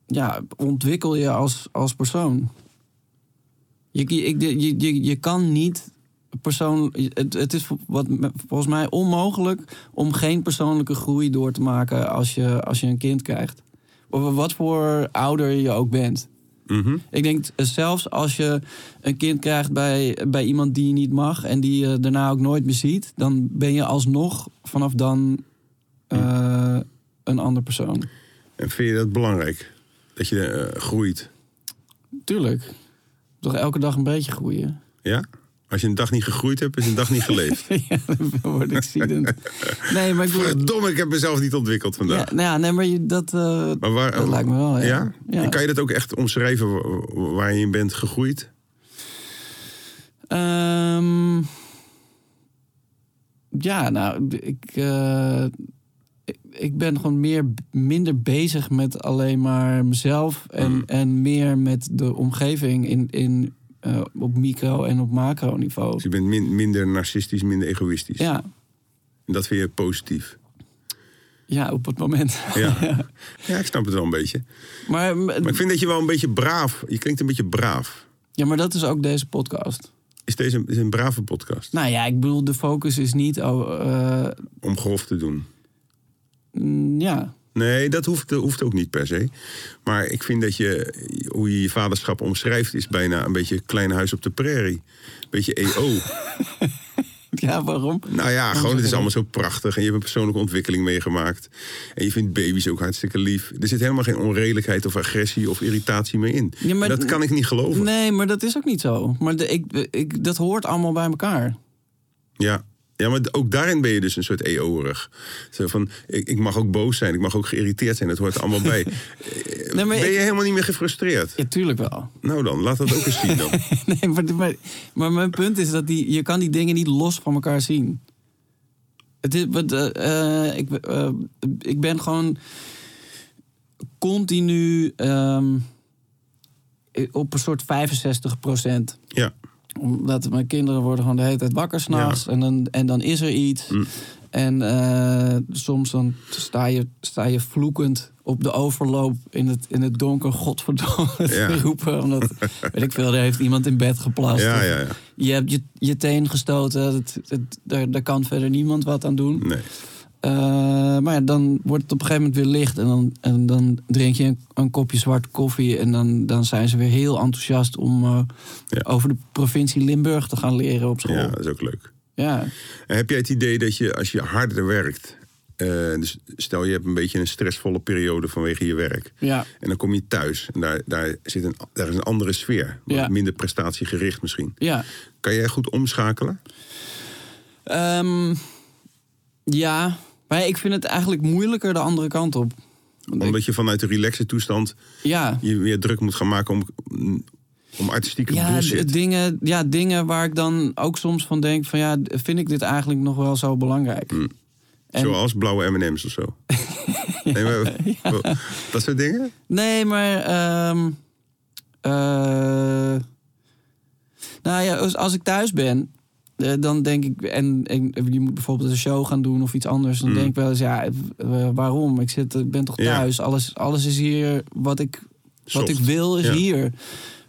Speaker 4: ja, ontwikkel je als, als persoon. Je, je, ik- je, je, je kan niet persoon. Het, het is wat, me- volgens mij onmogelijk om geen persoonlijke groei door te maken als je, als je een kind krijgt. Of Wat voor ouder je ook bent.
Speaker 3: Mhm.
Speaker 4: Ik denk eh, zelfs als je een kind krijgt bij, bij iemand die je niet mag en die je daarna ook nooit meer ziet, dan ben je alsnog vanaf dan eh, een ander persoon.
Speaker 3: En vind je dat belangrijk? Dat je eh, groeit?
Speaker 4: Tuurlijk. Toch elke dag een beetje groeien.
Speaker 3: Ja? Als je een dag niet gegroeid hebt, is een dag niet geleefd.
Speaker 4: *laughs* ja, dan word ik ziedend. Nee, maar ik bedoel...
Speaker 3: Verdomme, ik heb mezelf niet ontwikkeld
Speaker 4: Ja,
Speaker 3: vandaag.
Speaker 4: nou ja, nee, maar je, dat, eh,
Speaker 3: Maar waar,
Speaker 4: dat lijkt me wel. Ja?
Speaker 3: Ja?
Speaker 4: Ja.
Speaker 3: En kan je dat ook echt omschrijven wa- waar je in bent gegroeid?
Speaker 4: Ehm, ja, nou, ik, eh, ik, ik ben gewoon meer, minder bezig met alleen maar mezelf. En, en meer met de omgeving in, in, eh, op micro- en op macro-niveau.
Speaker 3: Dus je bent min- minder narcistisch, minder egoïstisch.
Speaker 4: Ja,
Speaker 3: En dat vind je positief.
Speaker 4: ja, op het moment. *laughs*
Speaker 3: Ja. ja, ik snap het wel een beetje.
Speaker 4: Maar,
Speaker 3: Maar ik vind dat je wel een beetje braaf... Je klinkt een beetje braaf.
Speaker 4: ja, maar dat is ook deze podcast.
Speaker 3: Is deze een, is een brave podcast?
Speaker 4: Nou ja, ik bedoel, de focus is niet... Oh, eh,
Speaker 3: Om grof te doen.
Speaker 4: mm, ja, *laughs*
Speaker 3: Nee, dat hoeft, dat hoeft ook niet per se. Maar ik vind dat je, hoe je je vaderschap omschrijft, is bijna een beetje klein huis op de prairie. Een beetje E EO.
Speaker 4: ja, waarom?
Speaker 3: nou ja, gewoon, het is allemaal zo prachtig. En je hebt een persoonlijke ontwikkeling meegemaakt. En je vindt baby's ook hartstikke lief. Er zit helemaal geen onredelijkheid of agressie of irritatie meer in.
Speaker 4: Ja, maar-
Speaker 3: dat kan ik niet geloven.
Speaker 4: Nee, maar dat is ook niet zo. Maar de, ik, ik, dat hoort allemaal bij elkaar.
Speaker 3: Ja. Ja, maar ook daarin ben je dus een soort eeuwig. Zo van, ik, ik mag ook boos zijn, ik mag ook geïrriteerd zijn, dat hoort er allemaal bij.
Speaker 4: Nee, *laughs* maar
Speaker 3: ben je
Speaker 4: ik-
Speaker 3: helemaal niet meer gefrustreerd?
Speaker 4: Ja, tuurlijk wel. *laughs*
Speaker 3: Nou dan, laat dat ook eens zien dan.
Speaker 4: Nee, maar, maar, maar mijn punt is dat die, je kan die dingen niet los van elkaar zien. Het is, wat, eh, eh, ik, eh, ik ben gewoon continu ehm, op een soort 65 procent.
Speaker 3: Ja.
Speaker 4: Omdat mijn kinderen worden gewoon de hele tijd wakker s'nachts.
Speaker 3: Ja. Mm.
Speaker 4: En, dan, en dan is er iets. En eh, soms dan sta je, sta je vloekend op de overloop in het, in het donker godverdomme
Speaker 3: Ja.
Speaker 4: te *laughs* roepen. Omdat, weet ik veel, er heeft iemand in bed geplast.
Speaker 3: Ja,
Speaker 4: Of
Speaker 3: ja, ja.
Speaker 4: Je hebt je, je teen gestoten. Het, het, daar, daar kan verder niemand wat aan doen.
Speaker 3: Nee.
Speaker 4: Eh, maar ja, dan wordt het op een gegeven moment weer licht. En dan, en dan drink je een, een kopje zwarte koffie. En dan, dan zijn ze weer heel enthousiast om eh,
Speaker 3: Ja.
Speaker 4: over de provincie Limburg te gaan leren op school.
Speaker 3: Ja,
Speaker 4: Ja.
Speaker 3: dat is ook leuk. En heb jij het idee dat je als je harder werkt, eh, dus stel je hebt een beetje een stressvolle periode vanwege je werk,
Speaker 4: Ja.
Speaker 3: en dan kom je thuis en daar, daar, zit een, daar is een andere sfeer, wat
Speaker 4: Ja.
Speaker 3: minder prestatiegericht misschien.
Speaker 4: ja.
Speaker 3: Kan jij goed omschakelen?
Speaker 4: Ehm, ja, maar ik vind het eigenlijk moeilijker de andere kant op. Want ik-
Speaker 3: Omdat je vanuit de relaxe toestand
Speaker 4: ja,
Speaker 3: je weer druk moet gaan maken om, om artistieke
Speaker 4: ja, d-
Speaker 3: bullshit.
Speaker 4: dingen, ja, dingen waar ik dan ook soms van denk: van ja, d- vind ik dit eigenlijk nog wel zo belangrijk? en-
Speaker 3: Zoals blauwe M&M's of
Speaker 4: *laughs*
Speaker 3: zo. nee, maar, *laughs* Dat soort dingen?
Speaker 4: Nee, maar. ehm, eh, nou ja, als, als ik thuis ben, eh, dan denk ik. En, en je moet bijvoorbeeld een show gaan doen of iets anders. Dan denk ik wel eens, ja, eh, waarom? Ik, zit, ik ben toch
Speaker 3: Mm. Ja.
Speaker 4: thuis? Alles, alles is hier. Wat ik, wat
Speaker 3: Soft.
Speaker 4: ik wil is
Speaker 3: Ja.
Speaker 4: hier.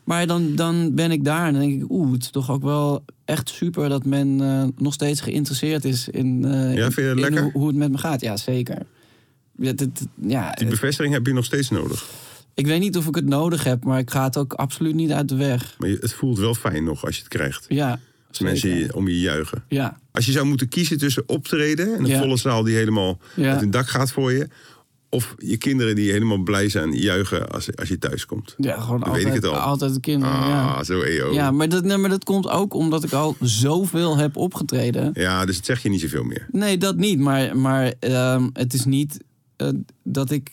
Speaker 4: Maar dan, dan ben ik daar en dan denk ik, oeh, het is toch ook wel echt super dat men eh, nog steeds geïnteresseerd is in, eh, in-
Speaker 3: vind je dat
Speaker 4: in
Speaker 3: lekker?
Speaker 4: hoe, hoe het met me gaat. Ja, zeker. Ja, dit- ja,
Speaker 3: Die bevestiging heb je nog steeds nodig.
Speaker 4: ik weet niet of ik het nodig heb, maar ik ga het ook absoluut niet uit de weg.
Speaker 3: Maar je- het voelt wel fijn nog als je het krijgt.
Speaker 4: Ja.
Speaker 3: Als mensen
Speaker 4: zeker.
Speaker 3: je- om je juichen.
Speaker 4: Ja.
Speaker 3: Als je zou moeten kiezen tussen optreden en een
Speaker 4: Ja.
Speaker 3: volle zaal die helemaal
Speaker 4: Ja.
Speaker 3: uit hun dak gaat voor je. Of je kinderen die helemaal blij zijn juichen als, als je thuis komt.
Speaker 4: Ja, gewoon
Speaker 3: Dan
Speaker 4: altijd,
Speaker 3: weet ik het al.
Speaker 4: altijd de kinderen.
Speaker 3: ah,
Speaker 4: ja.
Speaker 3: zo EO.
Speaker 4: Ja,
Speaker 3: Ja.
Speaker 4: maar dat, nee, maar dat komt ook omdat ik al zoveel heb opgetreden.
Speaker 3: dus het zeg je niet zoveel meer.
Speaker 4: Nee, dat niet. Maar, maar ehm, het is niet eh, dat ik.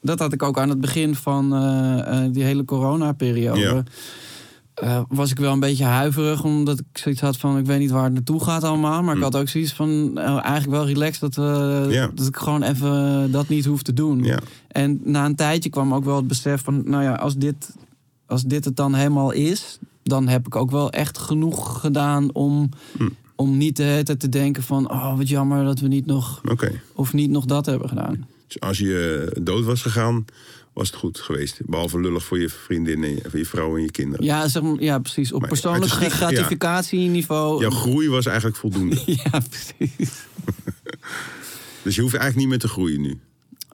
Speaker 4: Dat had ik ook aan het begin van eh, eh, die hele coronaperiode.
Speaker 3: Ja.
Speaker 4: Eh, was ik wel een beetje huiverig, omdat ik zoiets had van: ik weet niet waar het naartoe gaat allemaal. Maar ik had ook zoiets van: eh, eigenlijk wel relaxed dat, we,
Speaker 3: Hm. Ja.
Speaker 4: dat ik gewoon even dat niet hoef te doen.
Speaker 3: Ja.
Speaker 4: En na een tijdje kwam ook wel het besef van: nou ja, als dit, als dit het dan helemaal is, dan heb ik ook wel echt genoeg gedaan om,
Speaker 3: Hm.
Speaker 4: om niet de hele tijd te denken van: oh, wat jammer dat we niet nog,
Speaker 3: Oké.
Speaker 4: of niet nog dat hebben gedaan.
Speaker 3: Dus als je eh, dood was gegaan, was het goed geweest. Behalve lullig voor je vriendin en je, voor je vrouw en je kinderen.
Speaker 4: Ja, zeg maar, ja precies. Op
Speaker 3: Maar
Speaker 4: persoonlijk
Speaker 3: artistiek, ja.
Speaker 4: gratificatieniveau.
Speaker 3: Jouw groei was eigenlijk voldoende.
Speaker 4: *laughs* ja precies.
Speaker 3: dus je hoeft eigenlijk niet meer te groeien nu.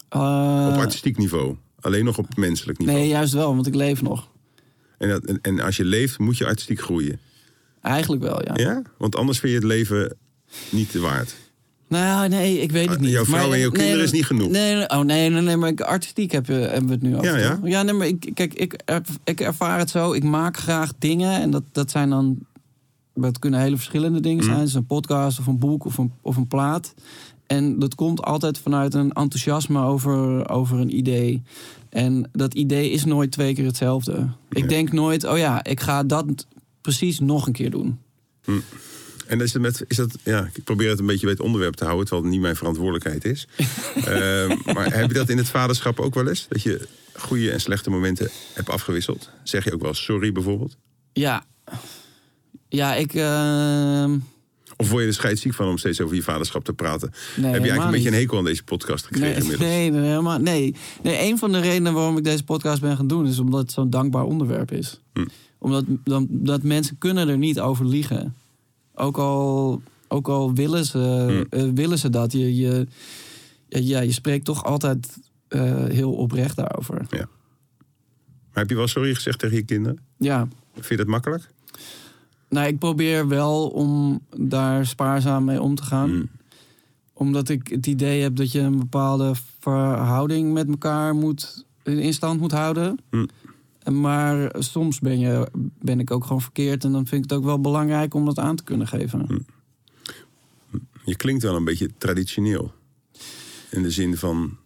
Speaker 4: Eh,
Speaker 3: Op artistiek niveau. Alleen nog op menselijk niveau.
Speaker 4: nee, juist wel, want ik leef nog.
Speaker 3: En, dat, en, en als je leeft, moet je artistiek groeien.
Speaker 4: Eigenlijk wel, ja.
Speaker 3: Ja? Want anders vind je het leven niet waard.
Speaker 4: Nou, nee, ik weet het
Speaker 3: Ah,
Speaker 4: niet.
Speaker 3: jouw vrouw
Speaker 4: Maar,
Speaker 3: en jouw
Speaker 4: nee,
Speaker 3: kinderen
Speaker 4: nee,
Speaker 3: is niet genoeg.
Speaker 4: Nee, nee, oh, nee, nee, nee, maar ik- artistiek heb, je- hebben we het nu over.
Speaker 3: Ja, ja.
Speaker 4: toch? ja nee, maar ik, kijk, ik, er- ik ervaar het zo. Ik maak graag dingen en dat, dat zijn dan dat kunnen hele verschillende
Speaker 3: Mm.
Speaker 4: dingen zijn. Het is een podcast of een boek of een, of een plaat. En dat komt altijd vanuit een enthousiasme over, over een idee. En dat idee is nooit twee keer hetzelfde. Ik denk nooit, oh ja, ik ga dat precies nog een keer doen.
Speaker 3: En is, het met, is dat, ja, ik probeer het een beetje bij het onderwerp te houden, terwijl het niet mijn verantwoordelijkheid
Speaker 4: *laughs*
Speaker 3: is. Ehm, maar heb je dat in het vaderschap ook wel eens? Dat je goede en slechte momenten hebt afgewisseld? Zeg je ook wel eens sorry bijvoorbeeld?
Speaker 4: Ja, ja ik. ehm,
Speaker 3: Of word je er scheidsziek van om steeds over je vaderschap te praten? heb je eigenlijk
Speaker 4: helemaal
Speaker 3: een beetje
Speaker 4: niet.
Speaker 3: een hekel aan deze podcast gekregen
Speaker 4: nee,
Speaker 3: inmiddels?
Speaker 4: nee, nee, helemaal, nee. nee, een van de redenen waarom ik deze podcast ben gaan doen is omdat het zo'n dankbaar onderwerp is. Omdat dan, dat mensen kunnen er niet over liegen. Ook al, ook al willen, ze, eh, willen ze dat. Je, je, ja, je spreekt toch altijd eh, heel oprecht daarover.
Speaker 3: Ja. Maar heb je wel sorry gezegd tegen je kinderen?
Speaker 4: Ja,
Speaker 3: Vind je dat makkelijk?
Speaker 4: Nou, ik probeer wel om daar spaarzaam mee om te gaan.
Speaker 3: Hmm.
Speaker 4: Omdat ik het idee heb dat je een bepaalde verhouding met elkaar moet, in stand moet houden.
Speaker 3: Hmm.
Speaker 4: Maar soms ben, je, ben ik ook gewoon verkeerd. En dan vind ik het ook wel belangrijk om dat aan te kunnen geven.
Speaker 3: Hmm. Je klinkt wel een beetje traditioneel. In de zin van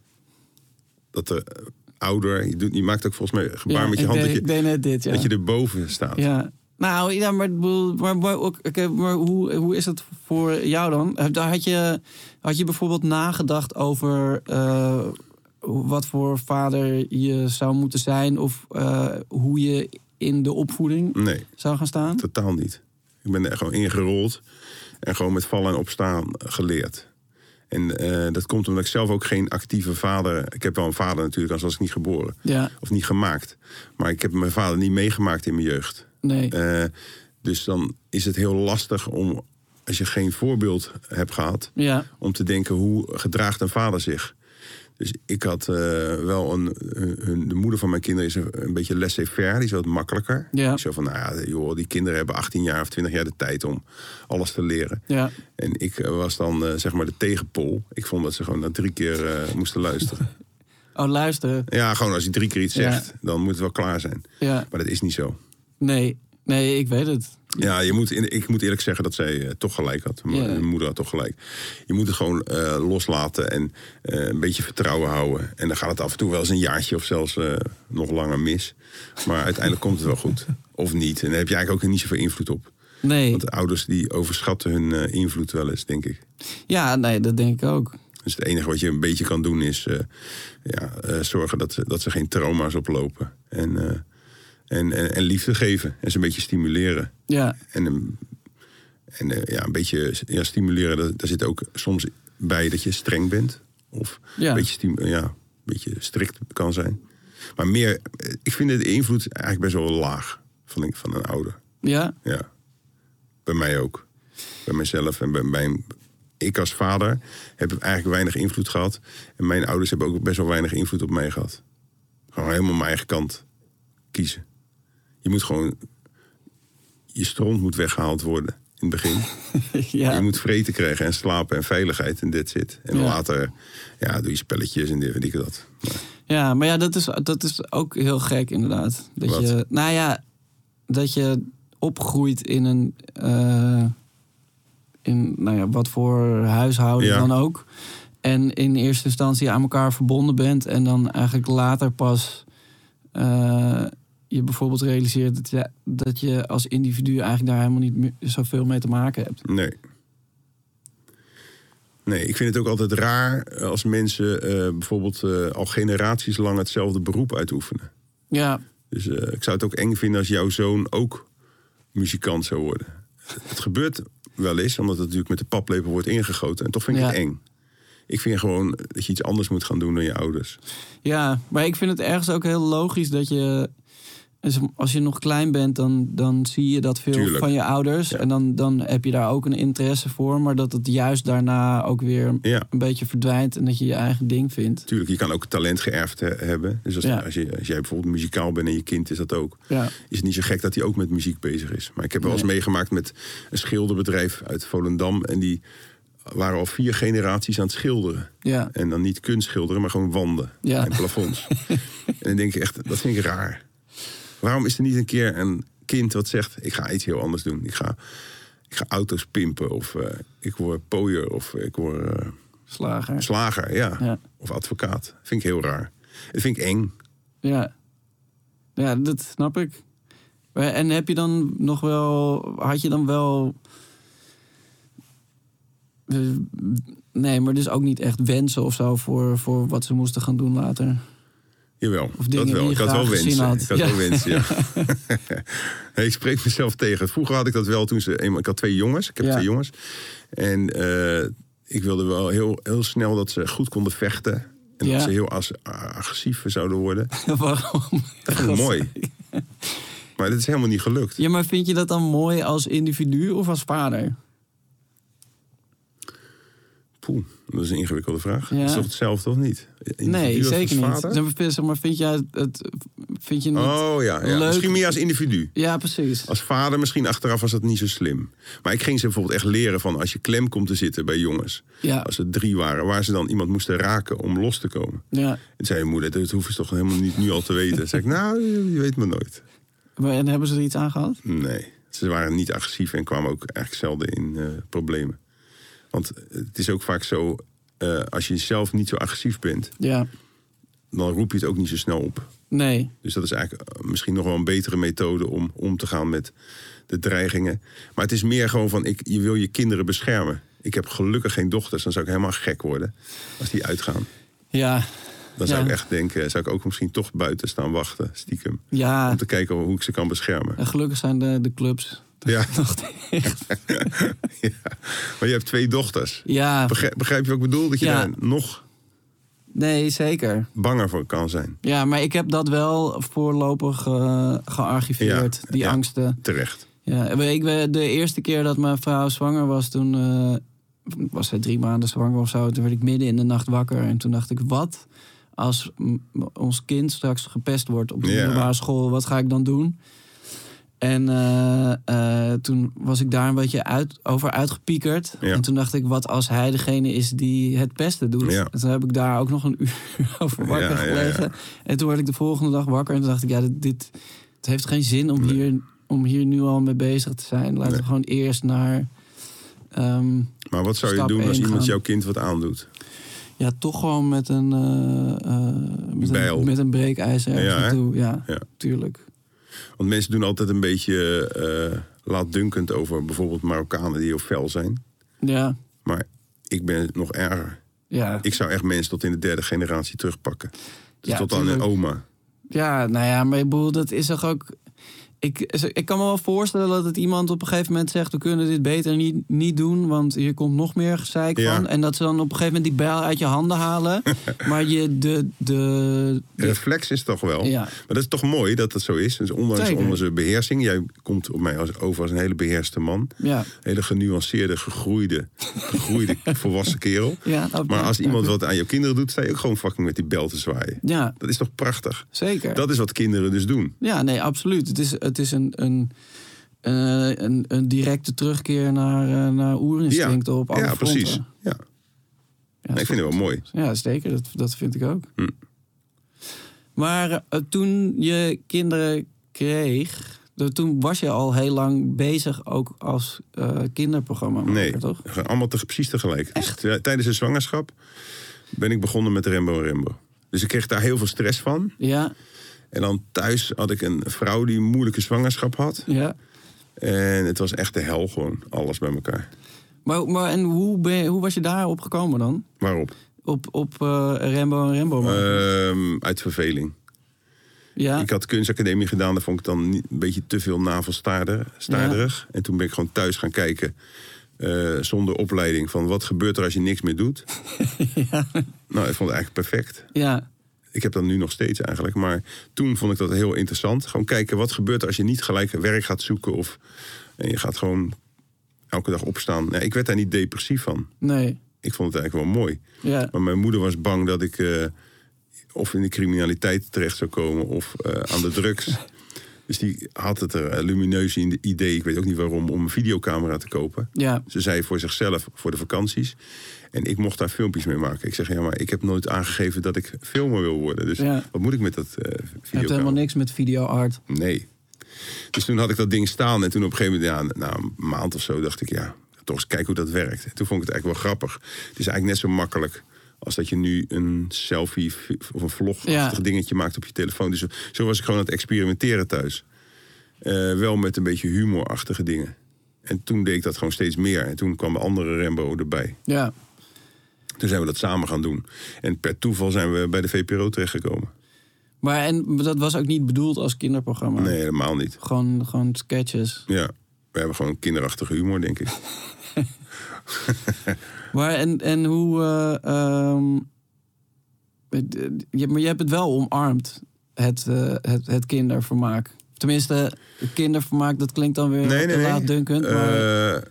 Speaker 3: dat de eh, ouder, je, doet, je maakt ook volgens mij gebaar
Speaker 4: Ja,
Speaker 3: met je
Speaker 4: ik
Speaker 3: hand
Speaker 4: deed-
Speaker 3: dat je,
Speaker 4: ik deed net dit, ja.
Speaker 3: dat je erboven staat.
Speaker 4: Ja. Nou, ja, maar, ik bedoel, maar, maar ook, oké, maar hoe, hoe is dat voor jou dan? Heb- Had je, had je bijvoorbeeld nagedacht over eh, wat voor vader je zou moeten zijn? Of eh, hoe je in de opvoeding
Speaker 3: Nee,
Speaker 4: zou gaan staan?
Speaker 3: totaal niet. Ik ben er gewoon ingerold en gewoon met vallen en opstaan geleerd. En eh, dat komt omdat ik zelf ook geen actieve vader... Ik heb wel een vader natuurlijk, anders was ik niet geboren.
Speaker 4: Ja,
Speaker 3: Of niet gemaakt. Maar ik heb mijn vader niet meegemaakt in mijn jeugd.
Speaker 4: nee.
Speaker 3: Eh, dus dan is het heel lastig om, als je geen voorbeeld hebt gehad,
Speaker 4: ja,
Speaker 3: om te denken hoe gedraagt een vader zich. Dus ik had eh, wel een, hun- de moeder van mijn kinderen is een, een beetje laissez-faire, die is wat makkelijker.
Speaker 4: Ja.
Speaker 3: Zo van, nou ja, joh, die kinderen hebben 18 jaar of 20 jaar de tijd om alles te leren.
Speaker 4: ja.
Speaker 3: En ik eh, was dan eh, zeg maar de tegenpol. Ik vond dat ze gewoon na drie keer eh, moesten
Speaker 4: *laughs*
Speaker 3: luisteren.
Speaker 4: Oh, luister.
Speaker 3: Ja, gewoon als je drie keer iets
Speaker 4: Ja.
Speaker 3: zegt, dan moet het wel klaar zijn.
Speaker 4: Ja,
Speaker 3: Maar dat is niet zo.
Speaker 4: nee. Nee, ik weet het.
Speaker 3: Ja, je moet, in- ik moet eerlijk zeggen dat zij eh, toch gelijk had. Mijn
Speaker 4: Ja.
Speaker 3: mijn moeder had toch gelijk. Je moet het gewoon eh, loslaten en eh, een beetje vertrouwen houden. En dan gaat het af en toe wel eens een jaartje of zelfs eh, nog langer mis. Maar uiteindelijk komt het wel goed. Of niet. En daar heb je eigenlijk ook niet zoveel invloed op.
Speaker 4: Nee.
Speaker 3: Want eh, de ouders die overschatten hun eh, invloed wel eens, denk ik.
Speaker 4: Ja, nee, dat denk ik ook.
Speaker 3: Dus het enige wat je een beetje kan doen is eh, ja, eh, zorgen dat, ze- dat ze geen trauma's oplopen. En, eh, en, en, en liefde geven. En ze een beetje stimuleren.
Speaker 4: Ja,
Speaker 3: En, een- en eh, ja, een beetje ja, stimuleren, dat- daar zit ook soms bij dat je streng bent. Of
Speaker 4: Ja.
Speaker 3: een, beetje stimu- ja, een beetje strikt kan zijn. Maar meer, eh, ik vind de invloed eigenlijk best wel laag van een, van een ouder.
Speaker 4: ja,
Speaker 3: Ja. Bij mij ook. Bij mezelf en bij mijn... Ik als vader heb eigenlijk weinig invloed gehad. En mijn ouders hebben ook best wel weinig invloed op mij gehad. Gewoon helemaal mijn eigen kant kiezen. Je moet gewoon... Je stront moet weggehaald worden in het begin. *laughs* Je
Speaker 4: *laughs* ja.
Speaker 3: moet vreten krijgen en slapen en veiligheid en dit zit. En
Speaker 4: Ja.
Speaker 3: later ja, doe je spelletjes en dit weet ik dat. Maar
Speaker 4: Ja, maar ja, dat is, dat is ook heel gek inderdaad. Dat
Speaker 3: Wat?
Speaker 4: je, nou ja, dat je opgroeit in een, eh, in, nou ja, wat voor huishouden
Speaker 3: Ja.
Speaker 4: dan ook. En in eerste instantie aan elkaar verbonden bent. En dan eigenlijk later pas eh, je bijvoorbeeld realiseert dat je, dat je als individu eigenlijk daar helemaal niet meer zoveel mee te maken hebt.
Speaker 3: Nee. Nee, ik vind het ook altijd raar eh, als mensen eh, bijvoorbeeld eh, al generaties lang hetzelfde beroep uitoefenen.
Speaker 4: Ja,
Speaker 3: Dus eh, ik zou het ook eng vinden als jouw zoon ook muzikant zou worden. Het gebeurt wel eens, omdat het natuurlijk met de paplepel wordt ingegoten. En toch vind ik
Speaker 4: Ja.
Speaker 3: het eng. Ik vind gewoon dat je iets anders moet gaan doen dan je ouders.
Speaker 4: Ja, maar ik vind het ergens ook heel logisch dat je. Als je nog klein bent, dan, dan zie je dat veel
Speaker 3: Tuurlijk.
Speaker 4: van je ouders. En dan, dan heb je daar ook een interesse voor. Maar dat het juist daarna ook weer
Speaker 3: Ja.
Speaker 4: een beetje verdwijnt. En dat je je eigen ding vindt.
Speaker 3: Tuurlijk, je kan ook talent geërfd he- hebben. Dus als,
Speaker 4: Ja.
Speaker 3: als, je, als jij bijvoorbeeld muzikaal bent en je kind is dat ook.
Speaker 4: Ja.
Speaker 3: Is het niet zo gek dat hij ook met muziek bezig is. Maar ik heb wel eens meegemaakt met een schilderbedrijf uit Volendam. En die waren al vier generaties aan het schilderen.
Speaker 4: Ja.
Speaker 3: En dan niet kunstschilderen, maar gewoon wanden
Speaker 4: Ja.
Speaker 3: en
Speaker 4: *laughs*
Speaker 3: plafonds. en dan denk ik echt, dat vind ik raar. Waarom is er niet een keer een kind wat zegt... ik ga iets heel anders doen. Ik ga ik ga auto's pimpen of eh, ik word pooier of ik word eh,
Speaker 4: Slager.
Speaker 3: slager, ja.
Speaker 4: Ja.
Speaker 3: Of advocaat. Vind ik heel raar. Dat vind ik eng.
Speaker 4: Ja. Ja, dat snap ik. Maar- En heb je dan nog wel... Had je dan wel... Eh, Nee, maar dus ook niet echt wensen of zo voor, voor wat ze moesten gaan doen later.
Speaker 3: Jawel,
Speaker 4: Of dingen
Speaker 3: dat
Speaker 4: die
Speaker 3: wel.
Speaker 4: je
Speaker 3: Ik had
Speaker 4: graag
Speaker 3: wel
Speaker 4: gezien
Speaker 3: wensen.
Speaker 4: had.
Speaker 3: Ik had
Speaker 4: Ja.
Speaker 3: wel wensen, ja.
Speaker 4: *laughs*
Speaker 3: Nee, ik spreek mezelf tegen. Vroeger had ik dat wel toen ze... eenmaal- Ik had twee jongens. Ik heb
Speaker 4: Ja.
Speaker 3: twee jongens. En eh, ik wilde wel heel, heel snel dat ze goed konden vechten. En
Speaker 4: Ja.
Speaker 3: dat ze heel as- agressief zouden worden. *laughs*
Speaker 4: Waarom? *laughs*
Speaker 3: Dat vond ik mooi. Maar dat is helemaal niet gelukt.
Speaker 4: Ja, maar vind je dat dan mooi als individu of als vader?
Speaker 3: Poeh, dat is een ingewikkelde vraag.
Speaker 4: Ja.
Speaker 3: Dat is toch hetzelfde of niet? Individu
Speaker 4: Nee,
Speaker 3: als
Speaker 4: zeker niet.
Speaker 3: vader?
Speaker 4: Dan vind- Zeg maar, vind jij het- het... Vind je niet...
Speaker 3: Oh ja, ja.
Speaker 4: leuk?
Speaker 3: misschien meer als individu.
Speaker 4: Ja, precies.
Speaker 3: Als vader misschien achteraf was dat niet zo slim. Maar ik ging ze bijvoorbeeld echt leren van als je klem komt te zitten bij jongens.
Speaker 4: Ja.
Speaker 3: Als er drie waren, waar ze dan iemand moesten raken om los te komen.
Speaker 4: Ja.
Speaker 3: En zei je moeder, dat hoeven ze toch helemaal niet nu al te weten. Dan zei ik, nou, je weet maar nooit.
Speaker 4: Maar, en hebben ze er iets aan gehad?
Speaker 3: Nee, ze waren niet agressief en kwamen ook eigenlijk zelden in eh, problemen. Want het is ook vaak zo, eh, als je zelf niet zo agressief bent,
Speaker 4: Ja.
Speaker 3: dan roep je het ook niet zo snel op.
Speaker 4: Nee.
Speaker 3: Dus dat is eigenlijk eh, misschien nog wel een betere methode om om te gaan met de dreigingen. Maar het is meer gewoon van, ik, je wil je kinderen beschermen. Ik heb gelukkig geen dochters, dan zou ik helemaal gek worden als die uitgaan.
Speaker 4: Ja.
Speaker 3: Dan zou
Speaker 4: Ja.
Speaker 3: ik echt denken, zou ik ook misschien toch buiten staan wachten, stiekem.
Speaker 4: Ja.
Speaker 3: Om te kijken hoe ik ze kan beschermen.
Speaker 4: En gelukkig zijn de, de clubs.
Speaker 3: Ja.
Speaker 4: *laughs* Nog
Speaker 3: *laughs*
Speaker 4: dicht.
Speaker 3: ja. Maar je hebt twee dochters.
Speaker 4: ja,
Speaker 3: Begrijp, begrijp je wat ik bedoel? Dat je
Speaker 4: Ja.
Speaker 3: daar nog
Speaker 4: nee, zeker.
Speaker 3: banger voor kan zijn.
Speaker 4: Ja, maar ik heb dat wel voorlopig eh, gearchiveerd,
Speaker 3: Ja,
Speaker 4: die
Speaker 3: ja.
Speaker 4: angsten.
Speaker 3: Terecht.
Speaker 4: Ja, ik ben de eerste keer dat mijn vrouw zwanger was, toen eh, was zij drie maanden zwanger of zo. Toen werd ik midden in de nacht wakker en toen dacht ik, wat als m- ons kind straks gepest wordt op de
Speaker 3: Ja.
Speaker 4: middelbare school, wat ga ik dan doen? En eh, eh, toen was ik daar een beetje uit, over uitgepiekerd.
Speaker 3: Ja.
Speaker 4: En toen dacht ik, wat als hij degene is die het pesten doet?
Speaker 3: Ja.
Speaker 4: En toen heb ik daar ook nog een *laughs* uur over wakker
Speaker 3: Ja, ja, ja.
Speaker 4: gelegen. En toen werd ik de volgende dag wakker en toen dacht ik, ja, dit, dit het heeft geen zin om, hier, om hier nu al mee bezig te zijn. Laten we
Speaker 3: Nee.
Speaker 4: gewoon eerst naar. ehm,
Speaker 3: Maar wat zou je
Speaker 4: Stap
Speaker 3: doen als
Speaker 4: één
Speaker 3: iemand
Speaker 4: gaan.
Speaker 3: jouw kind wat aandoet?
Speaker 4: ja, toch gewoon met een. eh, eh, met,
Speaker 3: Bijl.
Speaker 4: een met een breekijzer ergens
Speaker 3: Ja, hè?
Speaker 4: naartoe. Ja,
Speaker 3: Ja.
Speaker 4: tuurlijk.
Speaker 3: Want mensen doen altijd een beetje eh laatdunkend over bijvoorbeeld Marokkanen die heel fel zijn.
Speaker 4: Ja,
Speaker 3: Maar ik ben nog erger.
Speaker 4: ja.
Speaker 3: Ik zou echt mensen tot in de derde generatie terugpakken. Dus
Speaker 4: Ja,
Speaker 3: tot aan hun
Speaker 4: tuurlijk.
Speaker 3: oma.
Speaker 4: ja, nou ja, maar ik bedoel, dat is toch ook. Ik, ik kan me wel voorstellen dat het iemand op een gegeven moment zegt: we kunnen dit beter niet, niet doen, want hier komt nog meer gezeik
Speaker 3: Ja.
Speaker 4: van. En dat ze dan op een gegeven moment die bijl uit je handen
Speaker 3: *laughs*
Speaker 4: halen. maar je de. de,
Speaker 3: De
Speaker 4: de
Speaker 3: reflex is toch wel.
Speaker 4: Ja.
Speaker 3: Maar dat is toch mooi dat dat zo is. Dus ondanks
Speaker 4: Zeker.
Speaker 3: onze beheersing. Jij komt op mij als, over als een hele beheerste man.
Speaker 4: ja.
Speaker 3: Hele genuanceerde,
Speaker 4: *laughs*
Speaker 3: gegroeide, gegroeide volwassen kerel.
Speaker 4: Ja, dat-
Speaker 3: maar als
Speaker 4: ja.
Speaker 3: iemand wat aan jouw kinderen doet, sta je ook gewoon fucking met die bel te zwaaien.
Speaker 4: ja,
Speaker 3: Dat is toch prachtig?
Speaker 4: zeker.
Speaker 3: Dat is wat kinderen dus doen.
Speaker 4: Ja, nee, absoluut. Het is, het is een, een, eh, een, een directe terugkeer naar, eh, naar oerinstincten op alle
Speaker 3: ja
Speaker 4: fronten.
Speaker 3: precies. Ja.
Speaker 4: Ja,
Speaker 3: Nee, ik vind het wel mooi.
Speaker 4: Ja, zeker. Dat, dat vind ik ook.
Speaker 3: Hm.
Speaker 4: Maar eh, toen je kinderen kreeg, de- toen was je al heel lang bezig ook als eh kinderprogramma.
Speaker 3: Nee,
Speaker 4: toch?
Speaker 3: allemaal te, precies tegelijk. Dus t- tijdens de zwangerschap ben ik begonnen met Rembo Rembo. Dus ik kreeg daar heel veel stress van.
Speaker 4: Ja,
Speaker 3: En dan thuis had ik een vrouw die een moeilijke zwangerschap had.
Speaker 4: ja.
Speaker 3: En het was echt de hel gewoon, alles bij elkaar.
Speaker 4: Maar, maar en hoe, ben je- hoe was je daarop gekomen dan?
Speaker 3: Waarop?
Speaker 4: Op, op eh Rembo en Rembo? maken?
Speaker 3: Ehm, uit verveling.
Speaker 4: ja,
Speaker 3: Ik had kunstacademie gedaan, daar vond ik dan niet- een beetje te veel navelstaarderig. En toen ben ik gewoon thuis gaan kijken, eh, zonder opleiding, van wat gebeurt er als je niks meer doet.
Speaker 4: *laughs*
Speaker 3: Nou, ik vond het eigenlijk perfect.
Speaker 4: ja,
Speaker 3: Ik heb dat nu nog steeds eigenlijk, maar toen vond ik dat heel interessant. Gewoon kijken wat gebeurt er als je niet gelijk werk gaat zoeken of en je gaat gewoon elke dag opstaan. Nou, ik werd daar niet depressief van.
Speaker 4: nee.
Speaker 3: Ik vond het eigenlijk wel mooi.
Speaker 4: Ja,
Speaker 3: Maar mijn moeder was bang dat ik eh, of in de criminaliteit terecht zou komen of eh, aan de drugs. Dus die had het er eh, lumineus in de idee, ik weet ook niet waarom, om een videocamera te kopen.
Speaker 4: ja.
Speaker 3: Ze zei voor zichzelf, voor de vakanties. En ik mocht daar filmpjes mee maken. Ik zeg, ja, maar ik heb nooit aangegeven dat ik filmer wil worden. Dus
Speaker 4: Ja.
Speaker 3: wat moet ik met dat eh
Speaker 4: Je hebt
Speaker 3: videocamera?
Speaker 4: helemaal niks met video art.
Speaker 3: Nee. Dus toen had ik dat ding staan. En toen op een gegeven moment, ja, na een maand of zo, dacht ik, ja, toch eens kijken hoe dat werkt. En toen vond ik het eigenlijk wel grappig. Het is eigenlijk net zo makkelijk als dat je nu een selfie of een vlogachtig
Speaker 4: Ja.
Speaker 3: dingetje maakt op je telefoon. Dus zo- zo was ik gewoon aan het experimenteren thuis. Eh, wel met een beetje humorachtige dingen. En toen deed ik dat gewoon steeds meer. En toen kwam de andere Rembo erbij.
Speaker 4: Ja.
Speaker 3: Toen zijn we dat samen gaan doen. En per toeval zijn we bij de VPRO terechtgekomen.
Speaker 4: Maar en dat was ook niet bedoeld als kinderprogramma.
Speaker 3: Nee, helemaal niet.
Speaker 4: Gewoon, gewoon sketches.
Speaker 3: Ja, we hebben gewoon kinderachtige humor, denk ik.
Speaker 4: Maar en, en hoe. eh, ehm, het- het- je, maar je hebt het wel omarmd, het, eh, het, het kindervermaak. Tenminste, kindervermaak, dat klinkt dan weer
Speaker 3: Nee,
Speaker 4: wat
Speaker 3: nee,
Speaker 4: eh, te
Speaker 3: nee.
Speaker 4: laatdunkend. maar,
Speaker 3: Eh,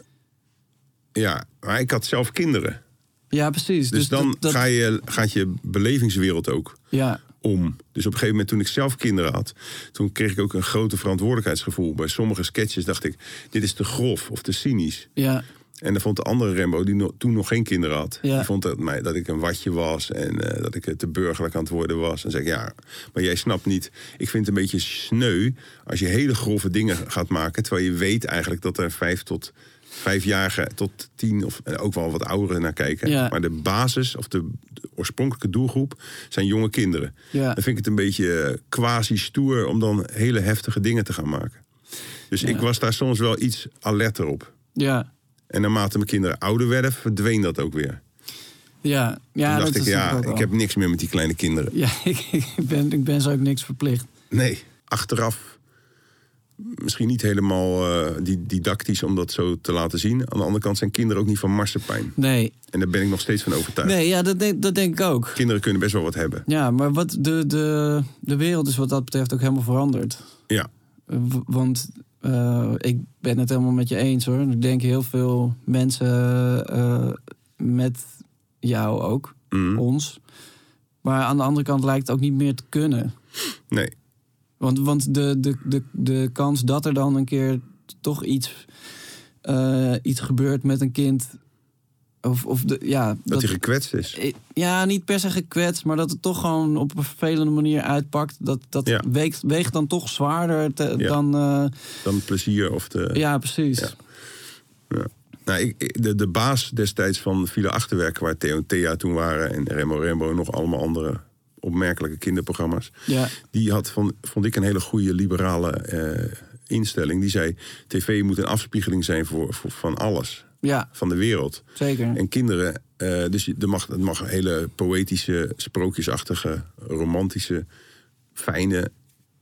Speaker 3: ja, maar ik had zelf kinderen.
Speaker 4: ja, precies.
Speaker 3: Dus, dan
Speaker 4: dat- dat-
Speaker 3: Ga je, gaat je belevingswereld ook
Speaker 4: Ja,
Speaker 3: om. Dus op een gegeven moment, toen ik zelf kinderen had, toen kreeg ik ook een grote verantwoordelijkheidsgevoel. Bij sommige sketches dacht ik: dit is te grof of te cynisch.
Speaker 4: ja,
Speaker 3: En dan vond de andere Rembo, die no- toen nog geen kinderen had,
Speaker 4: Ja.
Speaker 3: die vond dat, mij, dat ik een watje was en eh, dat ik eh, te burgerlijk aan het worden was. En zei ik, ja, maar jij snapt niet. Ik vind het een beetje sneu als je hele grove dingen gaat maken, terwijl je weet eigenlijk dat er vijf tot vijfjarigen tot tien of en ook wel wat ouderen naar kijken.
Speaker 4: Ja.
Speaker 3: Maar de basis of de, de oorspronkelijke doelgroep zijn jonge kinderen.
Speaker 4: Ja.
Speaker 3: Dan vind ik het een beetje eh, quasi-stoer om dan hele heftige dingen te gaan maken. Dus ik was daar soms wel iets alerter op.
Speaker 4: ja.
Speaker 3: En naarmate mijn kinderen ouder werden, verdween dat ook weer.
Speaker 4: Ja, ja
Speaker 3: Toen
Speaker 4: dat
Speaker 3: dacht ik,
Speaker 4: is
Speaker 3: ja,
Speaker 4: natuurlijk ook
Speaker 3: ik
Speaker 4: al.
Speaker 3: heb niks meer met die kleine kinderen.
Speaker 4: Ja, *laughs* ik, ik ben, ik ben ze ook niks verplicht.
Speaker 3: Nee, achteraf misschien niet helemaal eh, di- didactisch om dat zo te laten zien. Aan de andere kant zijn kinderen ook niet van marsepein.
Speaker 4: Nee,
Speaker 3: En daar ben ik nog steeds van overtuigd.
Speaker 4: nee ja, dat, denk, dat denk ik ook.
Speaker 3: Kinderen kunnen best wel wat hebben.
Speaker 4: Ja, maar wat de, de, de wereld is wat dat betreft ook helemaal veranderd.
Speaker 3: Ja,
Speaker 4: Eh, w- Want eh, ik ben het helemaal met je eens hoor. Ik denk heel veel mensen eh, met jou ook,
Speaker 3: Mhm.
Speaker 4: ons. Maar aan de andere kant lijkt het ook niet meer te kunnen.
Speaker 3: nee.
Speaker 4: Want, want de, de, de, de kans dat er dan een keer toch iets, eh, iets gebeurt met een kind. Of, of de, ja,
Speaker 3: Dat
Speaker 4: dat-
Speaker 3: hij gekwetst is.
Speaker 4: eh, ja, niet per se gekwetst, maar dat het toch gewoon op een vervelende manier uitpakt. Dat, dat
Speaker 3: Ja.
Speaker 4: weegt, weegt dan toch zwaarder te-
Speaker 3: Ja.
Speaker 4: dan. eh,
Speaker 3: Dan het plezier of de...
Speaker 4: ja, precies.
Speaker 3: Ja. Ja. Nou, ik- ik, de, de baas destijds van Villa Achterwerk, waar Theo en Thea toen waren... en Rembo Rembo en nog allemaal andere opmerkelijke kinderprogramma's...
Speaker 4: Ja.
Speaker 3: die had, van, vond ik, een hele goede liberale eh, instelling. Die zei, tv moet een afspiegeling zijn voor, voor, van alles,
Speaker 4: Ja,
Speaker 3: van de wereld.
Speaker 4: zeker.
Speaker 3: En kinderen, eh, dus je- er mag, er mag hele poëtische, sprookjesachtige, romantische, fijne,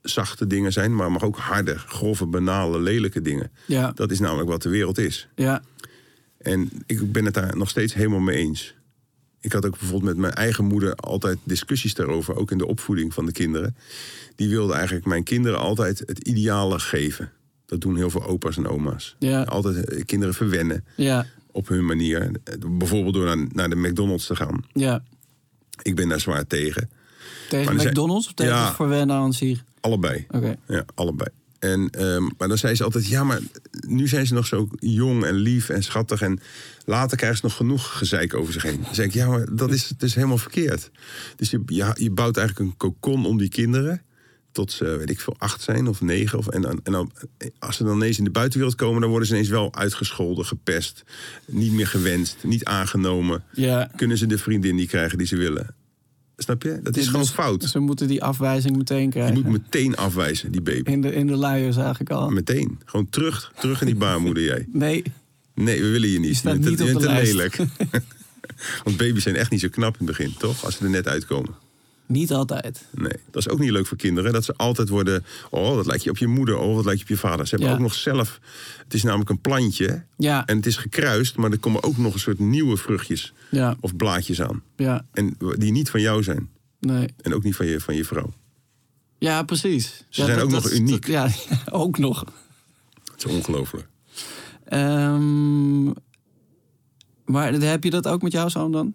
Speaker 3: zachte dingen zijn... maar het mag ook harde, grove, banale, lelijke dingen.
Speaker 4: Ja,
Speaker 3: Dat is namelijk wat de wereld is.
Speaker 4: ja,
Speaker 3: En ik ben het daar nog steeds helemaal mee eens. Ik had ook bijvoorbeeld met mijn eigen moeder altijd discussies daarover, ook in de opvoeding van de kinderen. Die wilde eigenlijk mijn kinderen altijd het ideale geven. Dat doen heel veel opa's en oma's.
Speaker 4: Ja.
Speaker 3: Altijd eh, kinderen verwennen
Speaker 4: ja,
Speaker 3: op hun manier. Eh, Bijvoorbeeld door naar, naar de McDonald's te gaan.
Speaker 4: ja.
Speaker 3: Ik ben daar zwaar tegen.
Speaker 4: Tegen
Speaker 3: Maar er zijn-
Speaker 4: McDonald's of tegen
Speaker 3: Ja.
Speaker 4: Verwennen aan zich?
Speaker 3: Allebei.
Speaker 4: Oké.
Speaker 3: Ja, allebei. En, ehm, maar dan zei ze altijd, ja, maar nu zijn ze nog zo jong en lief en schattig. En later krijgen ze nog genoeg gezeik over zich heen. Dan zeg ik, ja, maar dat is dus helemaal verkeerd. Dus je, ja, je bouwt eigenlijk een cocon om die kinderen. Tot ze, weet ik veel, acht zijn of negen. Of, en, dan- en dan, als ze dan ineens in de buitenwereld komen... dan worden ze ineens wel uitgescholden, gepest. Niet meer gewenst, niet aangenomen.
Speaker 4: Ja.
Speaker 3: Kunnen ze de vriendin niet krijgen die ze willen. Snap je? Dat is
Speaker 4: Dus
Speaker 3: gewoon fout.
Speaker 4: Ze moeten die afwijzing meteen
Speaker 3: Je
Speaker 4: krijgen.
Speaker 3: moet meteen afwijzen, die baby.
Speaker 4: in, de, in de luier zag ik al.
Speaker 3: Meteen. Gewoon terug, terug in die baarmoeder jij.
Speaker 4: Nee,
Speaker 3: Nee, we willen je niet.
Speaker 4: staat
Speaker 3: Je bent
Speaker 4: niet
Speaker 3: te-
Speaker 4: op
Speaker 3: je
Speaker 4: de
Speaker 3: bent te
Speaker 4: lijst.
Speaker 3: lelijk. *laughs* Want baby's zijn echt niet zo knap in het begin, toch? Als ze er net uitkomen.
Speaker 4: niet altijd.
Speaker 3: Nee, dat is ook niet leuk voor kinderen. Dat ze altijd worden, oh, dat lijkt je op je moeder, oh, dat lijkt je op je vader. Ze hebben
Speaker 4: Ja.
Speaker 3: ook nog zelf, het is namelijk een plantje.
Speaker 4: Ja.
Speaker 3: En het is gekruist, maar er komen ook nog een soort nieuwe vruchtjes
Speaker 4: Ja.
Speaker 3: of blaadjes aan.
Speaker 4: Ja,
Speaker 3: En die niet van jou zijn.
Speaker 4: nee.
Speaker 3: En ook niet van je, van je vrouw.
Speaker 4: Ja, precies. Ze
Speaker 3: zijn ook nog uniek.
Speaker 4: ja, *laughs* ook nog.
Speaker 3: Het is ongelooflijk.
Speaker 4: Ehm, maar heb je dat ook met jouw zoon dan?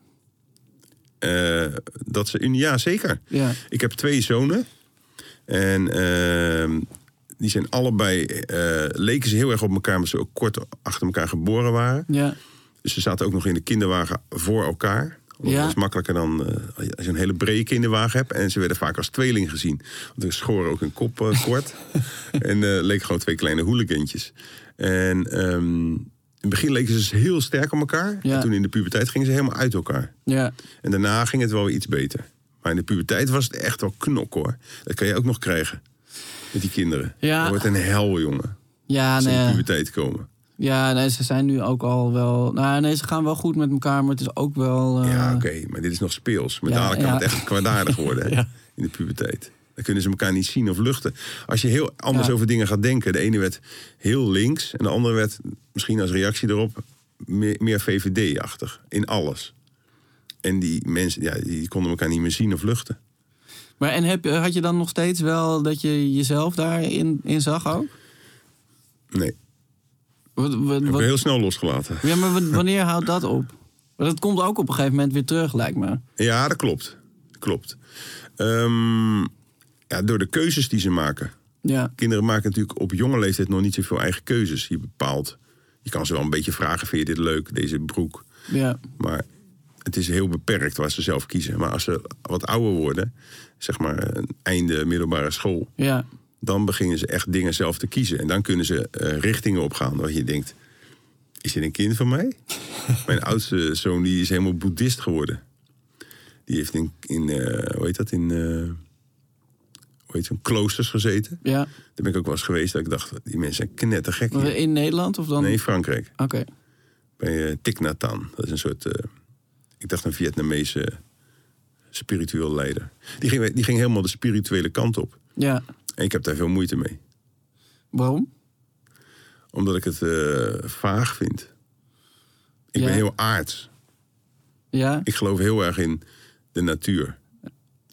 Speaker 3: Eh, dat ze, ja, zeker.
Speaker 4: Ja.
Speaker 3: Ik heb twee zonen. En ehm, die zijn allebei, eh, leken ze heel erg op elkaar, maar ze ook kort achter elkaar geboren waren.
Speaker 4: Ja.
Speaker 3: Dus ze zaten ook nog in de kinderwagen voor elkaar. Want
Speaker 4: Ja.
Speaker 3: Dat is makkelijker dan eh, als je een hele brede kinderwagen hebt. En ze werden vaak als tweeling gezien. Want er schoren ook hun kop
Speaker 4: *laughs*
Speaker 3: eh, kort. en eh, leken gewoon twee kleine hooligantjes. En ehm, in het begin leken ze dus heel sterk op elkaar.
Speaker 4: Ja.
Speaker 3: En toen in de puberteit gingen ze helemaal uit elkaar.
Speaker 4: Ja.
Speaker 3: En daarna ging het wel weer iets beter. Maar in de puberteit was het echt wel knok hoor. Dat kan je ook nog krijgen. Met die kinderen.
Speaker 4: Ja. eh,
Speaker 3: Dat wordt een hel, jongen.
Speaker 4: Ja,
Speaker 3: Als ze in de
Speaker 4: nee.
Speaker 3: puberteit komen.
Speaker 4: Ja, nee, ze zijn nu ook al wel. Nou, nee, ze gaan wel goed met elkaar, maar het is ook wel. eh,
Speaker 3: Ja, oké, maar dit is nog speels. Maar
Speaker 4: Ja,
Speaker 3: dadelijk kan
Speaker 4: ja.
Speaker 3: het echt kwaadaardig
Speaker 4: *laughs*
Speaker 3: worden hè,
Speaker 4: Ja.
Speaker 3: in de puberteit. Dan kunnen ze elkaar niet zien of luchten. Als je heel anders
Speaker 4: Ja.
Speaker 3: over dingen gaat denken. De ene werd heel links en de andere werd misschien als reactie erop meer, meer VVD-achtig in alles. En die mensen ja, die konden elkaar niet meer zien of luchten.
Speaker 4: Maar en heb, je- had je dan nog steeds wel dat je jezelf daarin in zag ook?
Speaker 3: Nee,
Speaker 4: Wat, wat,
Speaker 3: heb ik
Speaker 4: wat-
Speaker 3: heel snel losgelaten.
Speaker 4: ja, maar wa- wanneer houdt dat op? Maar dat komt ook op een gegeven moment weer terug, lijkt me.
Speaker 3: Ja, dat klopt. Klopt. Ehm, ja, door de keuzes die ze maken.
Speaker 4: Ja,
Speaker 3: kinderen maken natuurlijk op jonge leeftijd nog niet zoveel eigen keuzes. Je bepaalt. Je kan ze wel een beetje vragen: vind je dit leuk, deze broek?
Speaker 4: ja,
Speaker 3: Maar het is heel beperkt waar ze zelf kiezen. Maar als ze wat ouder worden, zeg maar een einde middelbare school,
Speaker 4: ja.
Speaker 3: dan beginnen ze echt dingen zelf te kiezen. En dan kunnen ze eh, richtingen opgaan. Dat je denkt: is dit een kind van mij? Mijn oudste zoon die is helemaal boeddhist geworden. Die heeft in, in eh, hoe heet dat, in eh, hoe heet zo'n kloosters gezeten.
Speaker 4: ja.
Speaker 3: Daar ben ik ook wel eens geweest dat ik dacht, die mensen zijn knettergek.
Speaker 4: Maar
Speaker 3: hier.
Speaker 4: In Nederland of dan?
Speaker 3: Nee, Frankrijk.
Speaker 4: Oké.
Speaker 3: Bij eh, Thich Nhat Hanh. Dat is een soort, eh, ik dacht een Vietnamese spiritueel leider. Die ging, die ging helemaal de spirituele kant op.
Speaker 4: Ja.
Speaker 3: En ik heb daar veel moeite mee.
Speaker 4: Waarom?
Speaker 3: Omdat ik het eh, vaag vind. Ik
Speaker 4: Ja.
Speaker 3: ben heel aards.
Speaker 4: Ja.
Speaker 3: Ik geloof heel erg in de natuur.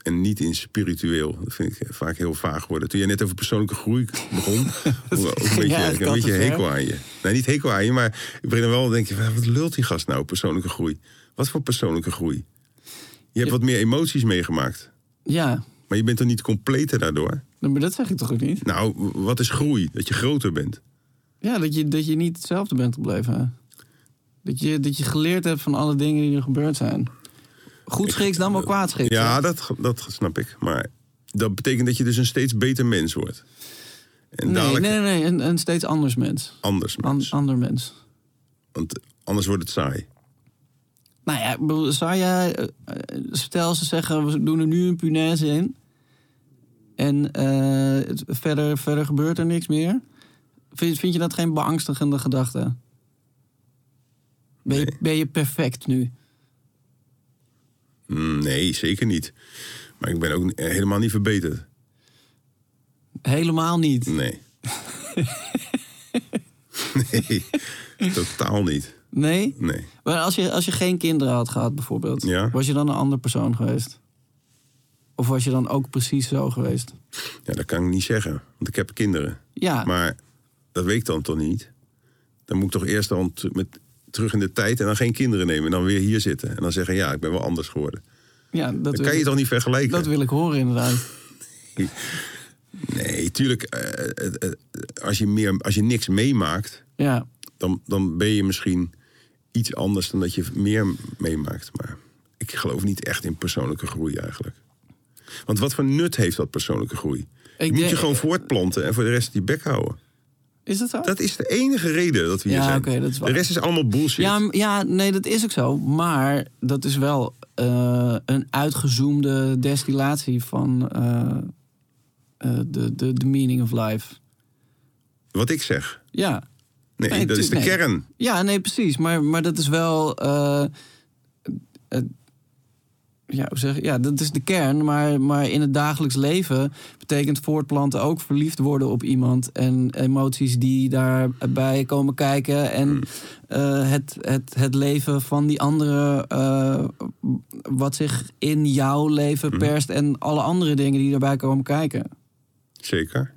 Speaker 3: En niet in spiritueel. Dat vind ik vaak heel vaag worden. Toen jij net over persoonlijke groei
Speaker 4: *laughs*
Speaker 3: begon. had ik ook een beetje,
Speaker 4: Ja, het
Speaker 3: ik had
Speaker 4: kan
Speaker 3: een beetje
Speaker 4: te ver.
Speaker 3: hekel aan je. Nee, niet hekel aan je, maar ik begin dan wel denk je, wat lult die gast nou, persoonlijke groei? Wat voor persoonlijke groei? Je hebt wat meer emoties meegemaakt.
Speaker 4: Ja.
Speaker 3: Maar je bent toch niet completer daardoor?
Speaker 4: Maar dat zeg ik toch ook niet?
Speaker 3: Nou, wat is groei? Dat je groter bent.
Speaker 4: Ja, dat je, dat je niet hetzelfde bent gebleven. Dat je, dat je geleerd hebt van alle dingen die er gebeurd zijn. Goed schiks dan wel kwaad schiks.
Speaker 3: Ja,
Speaker 4: hè?
Speaker 3: dat, dat snap ik. Maar dat betekent dat je dus een steeds beter mens wordt. En
Speaker 4: Nee,
Speaker 3: dadelijk
Speaker 4: nee, nee, nee, Een, een steeds anders mens.
Speaker 3: anders
Speaker 4: An-
Speaker 3: mens.
Speaker 4: ander mens.
Speaker 3: Want anders wordt het saai.
Speaker 4: Nou ja, ik bedoel, zou jij... eh, eh, Stel, ze zeggen, we doen er nu een punaise in. En eh, het- verder, verder gebeurt er niks meer. Vind, vind je dat geen beangstigende gedachte? Ben je, ben je perfect nu?
Speaker 3: Mm, Nee, zeker niet. Maar ik ben ook eh, helemaal niet verbeterd.
Speaker 4: Helemaal niet. *laughs*
Speaker 3: Nee. nee, totaal niet.
Speaker 4: Nee?
Speaker 3: Nee.
Speaker 4: Maar als je, als je geen kinderen had gehad, bijvoorbeeld,
Speaker 3: Ja.
Speaker 4: was je dan een ander persoon geweest? Of was je dan ook precies zo geweest?
Speaker 3: Ja, dat kan ik niet zeggen, want ik heb kinderen.
Speaker 4: Ja,
Speaker 3: Maar dat weet ik dan toch niet? Dan moet ik toch eerst dan t- met, terug in de tijd en dan geen kinderen nemen. En dan weer hier zitten. En dan zeggen, ja, ik ben wel anders geworden.
Speaker 4: ja dat,
Speaker 3: Dat
Speaker 4: wil,
Speaker 3: kan je
Speaker 4: ik-
Speaker 3: toch niet vergelijken?
Speaker 4: dat wil ik horen inderdaad.
Speaker 3: Nee, tuurlijk. eh, eh, eh, als, je meer, als je niks meemaakt,
Speaker 4: Ja,
Speaker 3: dan, dan ben je misschien iets anders dan dat je meer meemaakt. Maar ik geloof niet echt in persoonlijke groei eigenlijk. Want wat voor nut heeft dat persoonlijke groei? je moet
Speaker 4: denk-
Speaker 3: je gewoon voortplanten en voor de rest die bek houden.
Speaker 4: is dat zo?
Speaker 3: Dat is de enige reden dat we hier
Speaker 4: Ja,
Speaker 3: zijn.
Speaker 4: oké, dat is waar.
Speaker 3: de rest is allemaal bullshit.
Speaker 4: ja, m- ja, nee, dat is ook zo. Maar dat is wel eh, een uitgezoomde destillatie van eh, eh, de, de, de meaning of life.
Speaker 3: Wat ik zeg.
Speaker 4: Ja.
Speaker 3: Nee,
Speaker 4: Nee,
Speaker 3: dat is de
Speaker 4: tuurlijk, nee.
Speaker 3: kern.
Speaker 4: Ja, nee, precies. Maar, maar dat is wel. eh, eh, ja, hoe zeg, je- ja, dat is de kern. Maar, maar in het dagelijks leven betekent voortplanten ook verliefd worden op iemand. En emoties die daarbij komen kijken. En
Speaker 3: Hmm.
Speaker 4: eh, het, het, het leven van die andere. eh, wat zich in jouw leven
Speaker 3: Hmm.
Speaker 4: perst. En alle andere dingen die daarbij komen kijken.
Speaker 3: Zeker.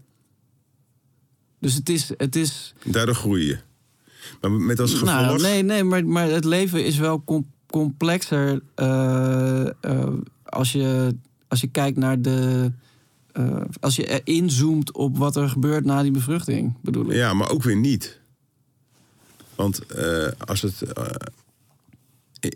Speaker 4: Dus het is. Het is
Speaker 3: Daardoor groei je. Maar met als gevolg...
Speaker 4: Nou, nee, nee maar, maar het leven is wel com- complexer eh, eh, als, je, als je kijkt naar de. eh, als je inzoomt op wat er gebeurt na die bevruchting, bedoel ik.
Speaker 3: Ja, maar ook weer niet. Want eh, als het eh,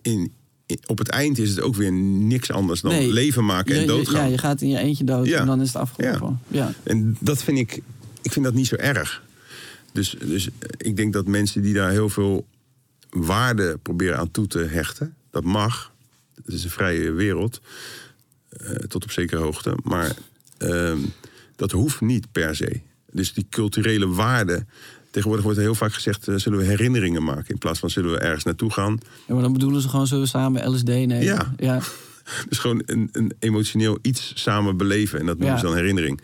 Speaker 3: in, i- op het eind is het ook weer niks anders dan
Speaker 4: Nee.
Speaker 3: leven maken en
Speaker 4: Je- je-
Speaker 3: doodgaan.
Speaker 4: Ja, je gaat in je eentje dood
Speaker 3: Ja.
Speaker 4: en dan is het afgelopen. Ja.
Speaker 3: En dat vind ik, ik vind dat niet zo erg. Dus, dus ik denk dat mensen die daar heel veel waarde proberen aan toe te hechten, dat mag. Het is een vrije wereld, eh, tot op zekere hoogte. Maar ehm, dat hoeft niet per se. Dus die culturele waarde. Tegenwoordig wordt er heel vaak gezegd: eh, zullen we herinneringen maken in plaats van zullen we ergens naartoe gaan.
Speaker 4: Ja, maar dan bedoelen ze gewoon, zullen we samen LSD nemen?
Speaker 3: Ja.
Speaker 4: ja.
Speaker 3: Dus gewoon een, een emotioneel iets samen beleven. En dat noemen
Speaker 4: Ja.
Speaker 3: ze dan herinnering.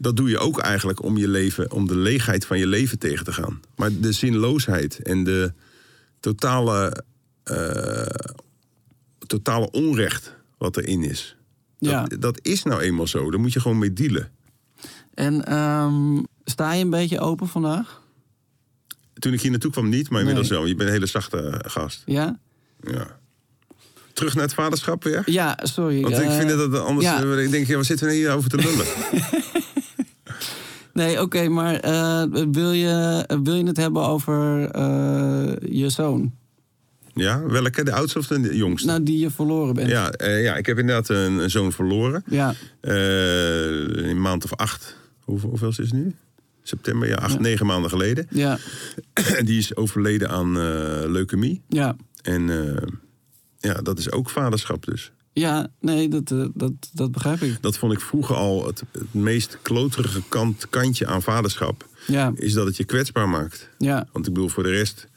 Speaker 3: Dat doe je ook eigenlijk om je leven, om de leegheid van je leven tegen te gaan. Maar de zinloosheid en de totale, eh, totale onrecht wat erin is. Dat,
Speaker 4: Ja.
Speaker 3: dat is nou eenmaal zo. Daar moet je gewoon mee dealen.
Speaker 4: En ehm, sta je een beetje open vandaag?
Speaker 3: Toen ik hier naartoe kwam niet, maar inmiddels
Speaker 4: Nee.
Speaker 3: wel. Je bent een hele zachte eh, gast.
Speaker 4: Ja?
Speaker 3: Ja. Terug naar het vaderschap weer?
Speaker 4: Ja, sorry.
Speaker 3: Want ik
Speaker 4: eh,
Speaker 3: vind dat het anders...
Speaker 4: ja.
Speaker 3: Ik denk, ja, wat zitten we hier over te
Speaker 4: *laughs*
Speaker 3: lullen?
Speaker 4: Nee, oké, maar eh, wil, je, wil je het hebben over eh, je zoon?
Speaker 3: ja, welke? De oudste of de jongste?
Speaker 4: Nou, die je verloren bent.
Speaker 3: Ja, eh, ja, ik heb inderdaad een, een zoon verloren.
Speaker 4: Ja.
Speaker 3: Eh, een maand of acht. Hoeveel, hoeveel is het nu? September, ja, acht, negen maanden geleden.
Speaker 4: Ja.
Speaker 3: *clears throat* Die is overleden aan eh, leukemie.
Speaker 4: Ja.
Speaker 3: En eh, ja, dat is ook vaderschap dus.
Speaker 4: Ja, nee, dat, eh, dat, dat begrijp ik.
Speaker 3: Dat vond ik vroeger al het, het meest kloterige kant, kantje aan vaderschap.
Speaker 4: Ja,
Speaker 3: Is dat het je kwetsbaar maakt.
Speaker 4: ja,
Speaker 3: Want ik bedoel, voor de rest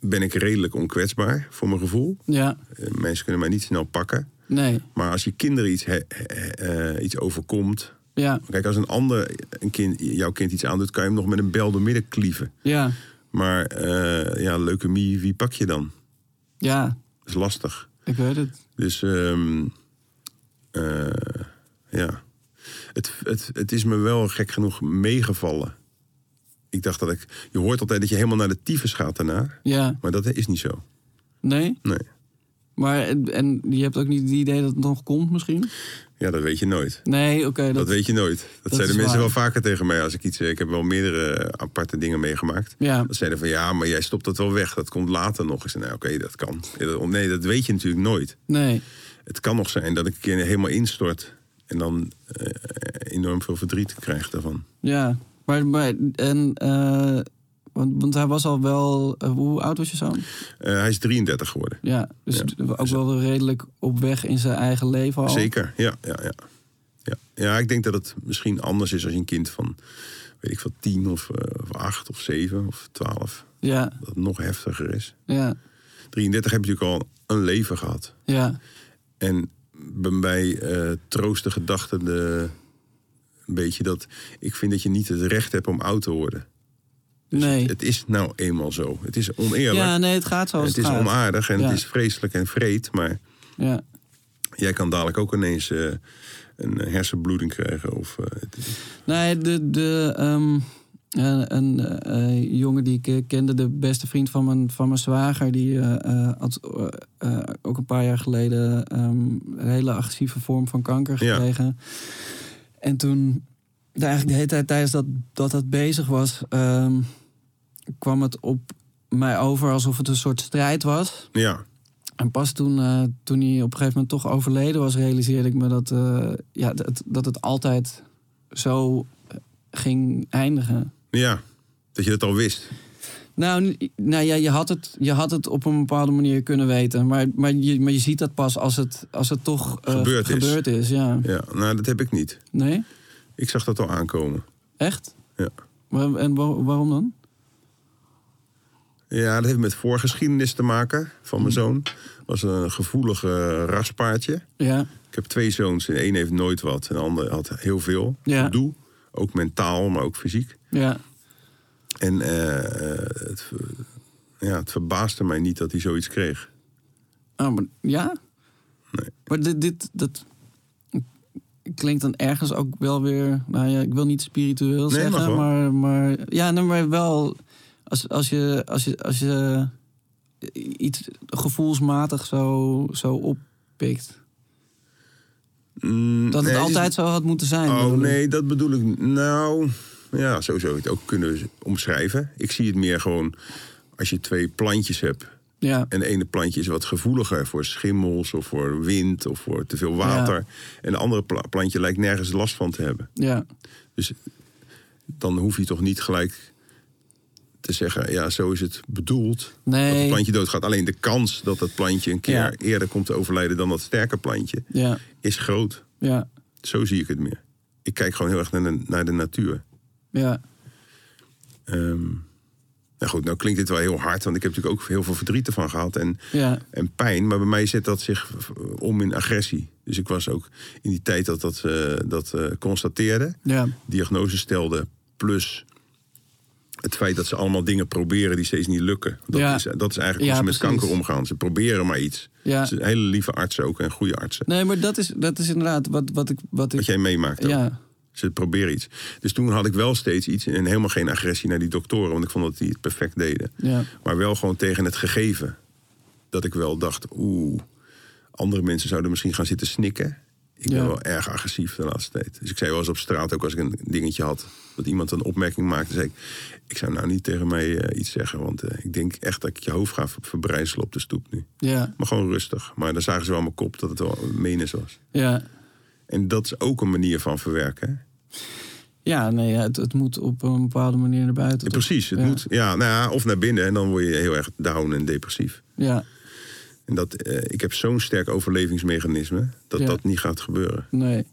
Speaker 3: ben ik redelijk onkwetsbaar, voor mijn gevoel.
Speaker 4: ja.
Speaker 3: Eh, mensen kunnen mij niet snel pakken.
Speaker 4: Nee,
Speaker 3: Maar als je kinderen iets, he- eh, eh, iets overkomt...
Speaker 4: ja,
Speaker 3: Kijk, als een ander een kind, jouw kind iets aandoet, kan je hem nog met een bel door midden klieven.
Speaker 4: ja,
Speaker 3: Maar eh ja, leukemie, wie pak je dan?
Speaker 4: ja.
Speaker 3: Dat is lastig.
Speaker 4: Ik weet het.
Speaker 3: Dus ehm, eh, ja, het, het, het is me wel gek genoeg meegevallen. Ik dacht dat ik... Je hoort altijd dat je helemaal naar de tyfus gaat daarna.
Speaker 4: Ja,
Speaker 3: Maar dat is niet zo.
Speaker 4: nee.
Speaker 3: Nee.
Speaker 4: Maar en, en je hebt ook niet het idee dat het nog komt misschien?
Speaker 3: Ja, dat weet je nooit.
Speaker 4: Nee, oké. dat,
Speaker 3: Dat weet je nooit. Dat, zeiden
Speaker 4: is
Speaker 3: mensen
Speaker 4: waar.
Speaker 3: wel vaker tegen mij. Als ik, iets, ik heb wel meerdere eh, aparte dingen meegemaakt.
Speaker 4: Ja.
Speaker 3: Dat zeiden van ja, maar jij stopt dat wel weg. Dat komt later nog. Ik zei, nou, oké, dat kan. Ja, dat- Nee, dat weet je natuurlijk nooit.
Speaker 4: Nee,
Speaker 3: Het kan nog zijn dat ik een keer helemaal instort. En dan eh, enorm veel verdriet krijg daarvan.
Speaker 4: ja. Maar, maar en, eh, want, want hij was al wel, eh, hoe oud was je zoon?
Speaker 3: Eh, hij is 33 geworden.
Speaker 4: Ja, dus
Speaker 3: Ja.
Speaker 4: ook wel redelijk op weg in zijn eigen leven al.
Speaker 3: Zeker, ja, ja, ja. Ja. ja, ik denk dat het misschien anders is als je een kind van, weet ik veel, 10 of, eh, of 8 of 7 of 12.
Speaker 4: Ja,
Speaker 3: Dat het nog heftiger is.
Speaker 4: ja,
Speaker 3: 33 heb je natuurlijk al een leven gehad.
Speaker 4: ja,
Speaker 3: En bij mij eh troost de gedachte de, een beetje dat ik vind dat je niet het recht hebt om oud te worden.
Speaker 4: nee.
Speaker 3: Het is nou eenmaal zo. Het is oneerlijk.
Speaker 4: Ja, nee, het gaat zoals
Speaker 3: het
Speaker 4: het,
Speaker 3: is
Speaker 4: gaat.
Speaker 3: onaardig en
Speaker 4: Ja.
Speaker 3: het is vreselijk en vreed. Maar
Speaker 4: Ja,
Speaker 3: jij kan dadelijk ook ineens eh, een hersenbloeding krijgen. Of, eh, het-
Speaker 4: Nee, de, de, ehm, een, een eh, jongen die ik eh, kende, de beste vriend van mijn, van mijn zwager, die eh, eh, had eh, eh, ook een paar jaar geleden ehm, een hele agressieve vorm van kanker
Speaker 3: Ja.
Speaker 4: gekregen. En toen, daar eigenlijk de hele tijd tijdens dat dat, dat bezig was, ehm, kwam het op mij over alsof het een soort strijd was.
Speaker 3: ja,
Speaker 4: En pas toen, eh, toen hij op een gegeven moment toch overleden was, realiseerde ik me dat, eh, ja, dat, dat het altijd zo eh, ging eindigen.
Speaker 3: ja, dat je dat al wist.
Speaker 4: Nou, n- nou ja, je had, het, je had het op een bepaalde manier kunnen weten. Maar, maar, je, maar je ziet dat pas als het, als het toch eh,
Speaker 3: Gebeurd is.
Speaker 4: gebeurd is. Ja.
Speaker 3: Ja, nou, dat heb ik niet.
Speaker 4: Nee?
Speaker 3: Ik zag dat al aankomen.
Speaker 4: Echt?
Speaker 3: Ja.
Speaker 4: Waar- En wa- waarom dan?
Speaker 3: Ja, dat heeft met voorgeschiedenis te maken van
Speaker 4: Mm.
Speaker 3: mijn zoon. Was een gevoelig eh, raspaardje.
Speaker 4: Ja,
Speaker 3: Ik heb twee zoons en één heeft nooit wat. En de ander had heel veel
Speaker 4: Ja.
Speaker 3: gedoe. Ook mentaal, maar ook fysiek.
Speaker 4: ja,
Speaker 3: En eh, eh, het, ver- ja, het verbaasde mij niet dat hij zoiets kreeg.
Speaker 4: Ah, maar, ja?
Speaker 3: Nee.
Speaker 4: Maar dit, dit dat klinkt dan ergens ook wel weer... Nou ja, ik wil niet spiritueel
Speaker 3: mag
Speaker 4: zeggen,
Speaker 3: wel.
Speaker 4: maar, maar... Ja, nee, maar wel... Als, als, je, als, je, als je iets gevoelsmatig zo, zo oppikt.
Speaker 3: Mm,
Speaker 4: Dat
Speaker 3: nee,
Speaker 4: het
Speaker 3: is-
Speaker 4: altijd zo had moeten zijn.
Speaker 3: Oh
Speaker 4: bedoel ik.
Speaker 3: nee, dat bedoel ik. n- Nou, ja, zo zou je het ook kunnen omschrijven. Ik zie het meer gewoon als je twee plantjes hebt.
Speaker 4: Ja.
Speaker 3: En de ene plantje is wat gevoeliger voor schimmels of voor wind of voor te veel water. En de andere pla- plantje lijkt nergens last van te hebben.
Speaker 4: Ja.
Speaker 3: Dus dan hoef je toch niet gelijk te zeggen, ja, zo is het bedoeld. Dat het
Speaker 4: Nee.
Speaker 3: plantje doodgaat. Alleen de kans dat dat plantje een keer
Speaker 4: Ja.
Speaker 3: eerder komt te overlijden dan dat sterke plantje,
Speaker 4: Ja.
Speaker 3: is groot.
Speaker 4: Ja.
Speaker 3: Zo zie ik het meer. Ik kijk gewoon heel erg naar de, naar de natuur.
Speaker 4: Ja.
Speaker 3: Ehm, nou goed, nou klinkt dit wel heel hard, want ik heb natuurlijk ook heel veel verdriet ervan gehad en,
Speaker 4: Ja.
Speaker 3: en pijn. Maar bij mij zet dat zich v- om in agressie. Dus ik was ook in die tijd dat dat, eh, dat eh, constateerde,
Speaker 4: Ja.
Speaker 3: diagnose stelde, plus het feit dat ze allemaal dingen proberen die steeds niet lukken. Dat,
Speaker 4: Ja.
Speaker 3: is, eh, dat is eigenlijk
Speaker 4: Ja,
Speaker 3: hoe ze met
Speaker 4: precies.
Speaker 3: kanker omgaan. Ze proberen maar iets.
Speaker 4: Ja. Nou,
Speaker 3: Ze zijn hele lieve artsen ook en goede artsen.
Speaker 4: Nee, maar dat is, dat is inderdaad wat, wat ik... Wat ik
Speaker 3: Wat jij meemaakt ook.
Speaker 4: ja.
Speaker 3: Ze proberen iets. Dus toen had ik wel steeds iets en helemaal geen agressie naar die doktoren, want ik vond dat die het perfect deden.
Speaker 4: Ja.
Speaker 3: Maar wel gewoon tegen het gegeven. Dat ik wel dacht, oeh, andere mensen zouden misschien gaan zitten snikken. Ik ben
Speaker 4: Ja.
Speaker 3: wel erg agressief de laatste tijd. Dus ik zei wel eens op straat, ook als ik een dingetje had, dat iemand een opmerking maakte, zei ik, ik zou nou niet tegen mij eh, iets zeggen, want eh, ik denk echt dat ik je hoofd ga ver- verbrijzelen op de stoep nu.
Speaker 4: Ja.
Speaker 3: Maar gewoon rustig. Maar dan zagen ze wel aan mijn kop dat het wel menens was.
Speaker 4: Ja.
Speaker 3: En dat is ook een manier van verwerken. hè?
Speaker 4: Ja, nee, ja, het, het moet op een bepaalde manier naar buiten.
Speaker 3: Ja,
Speaker 4: toch?
Speaker 3: precies, het
Speaker 4: ja.
Speaker 3: moet. Ja, nou ja, of naar binnen en dan word je heel erg down en depressief.
Speaker 4: Ja,
Speaker 3: En dat, eh, ik heb zo'n sterk overlevingsmechanisme dat
Speaker 4: Ja.
Speaker 3: dat niet gaat gebeuren.
Speaker 4: nee.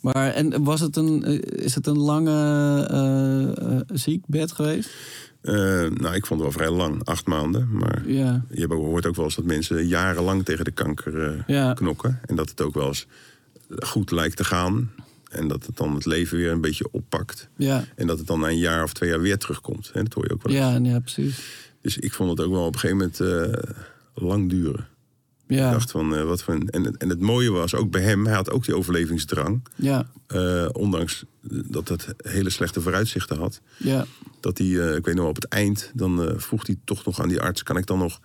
Speaker 4: Maar en was het een, eh, is het een lange eh, eh, ziekbed geweest?
Speaker 3: Eh, nou, ik vond het wel vrij lang, acht maanden. Maar
Speaker 4: Ja,
Speaker 3: je hebt ook- hoort ook wel eens dat mensen jarenlang tegen de kanker eh,
Speaker 4: Ja.
Speaker 3: knokken. En dat het ook wel eens goed lijkt te gaan. En dat het dan het leven weer een beetje oppakt.
Speaker 4: ja,
Speaker 3: En dat het dan na een jaar of twee jaar weer terugkomt. Hè, dat hoor je ook wel eens.
Speaker 4: ja, ja precies.
Speaker 3: Dus ik vond het ook wel op een gegeven moment eh, lang duren. Ik
Speaker 4: Ja,
Speaker 3: dacht van, eh, wat voor een... En, het- en het mooie was, ook bij hem, hij had ook die overlevingsdrang.
Speaker 4: ja,
Speaker 3: eh, ondanks dat het hele slechte vooruitzichten had.
Speaker 4: ja,
Speaker 3: Dat hij, eh, ik weet nog wel, op het eind, dan eh, vroeg hij toch nog aan die arts... kan ik dan nog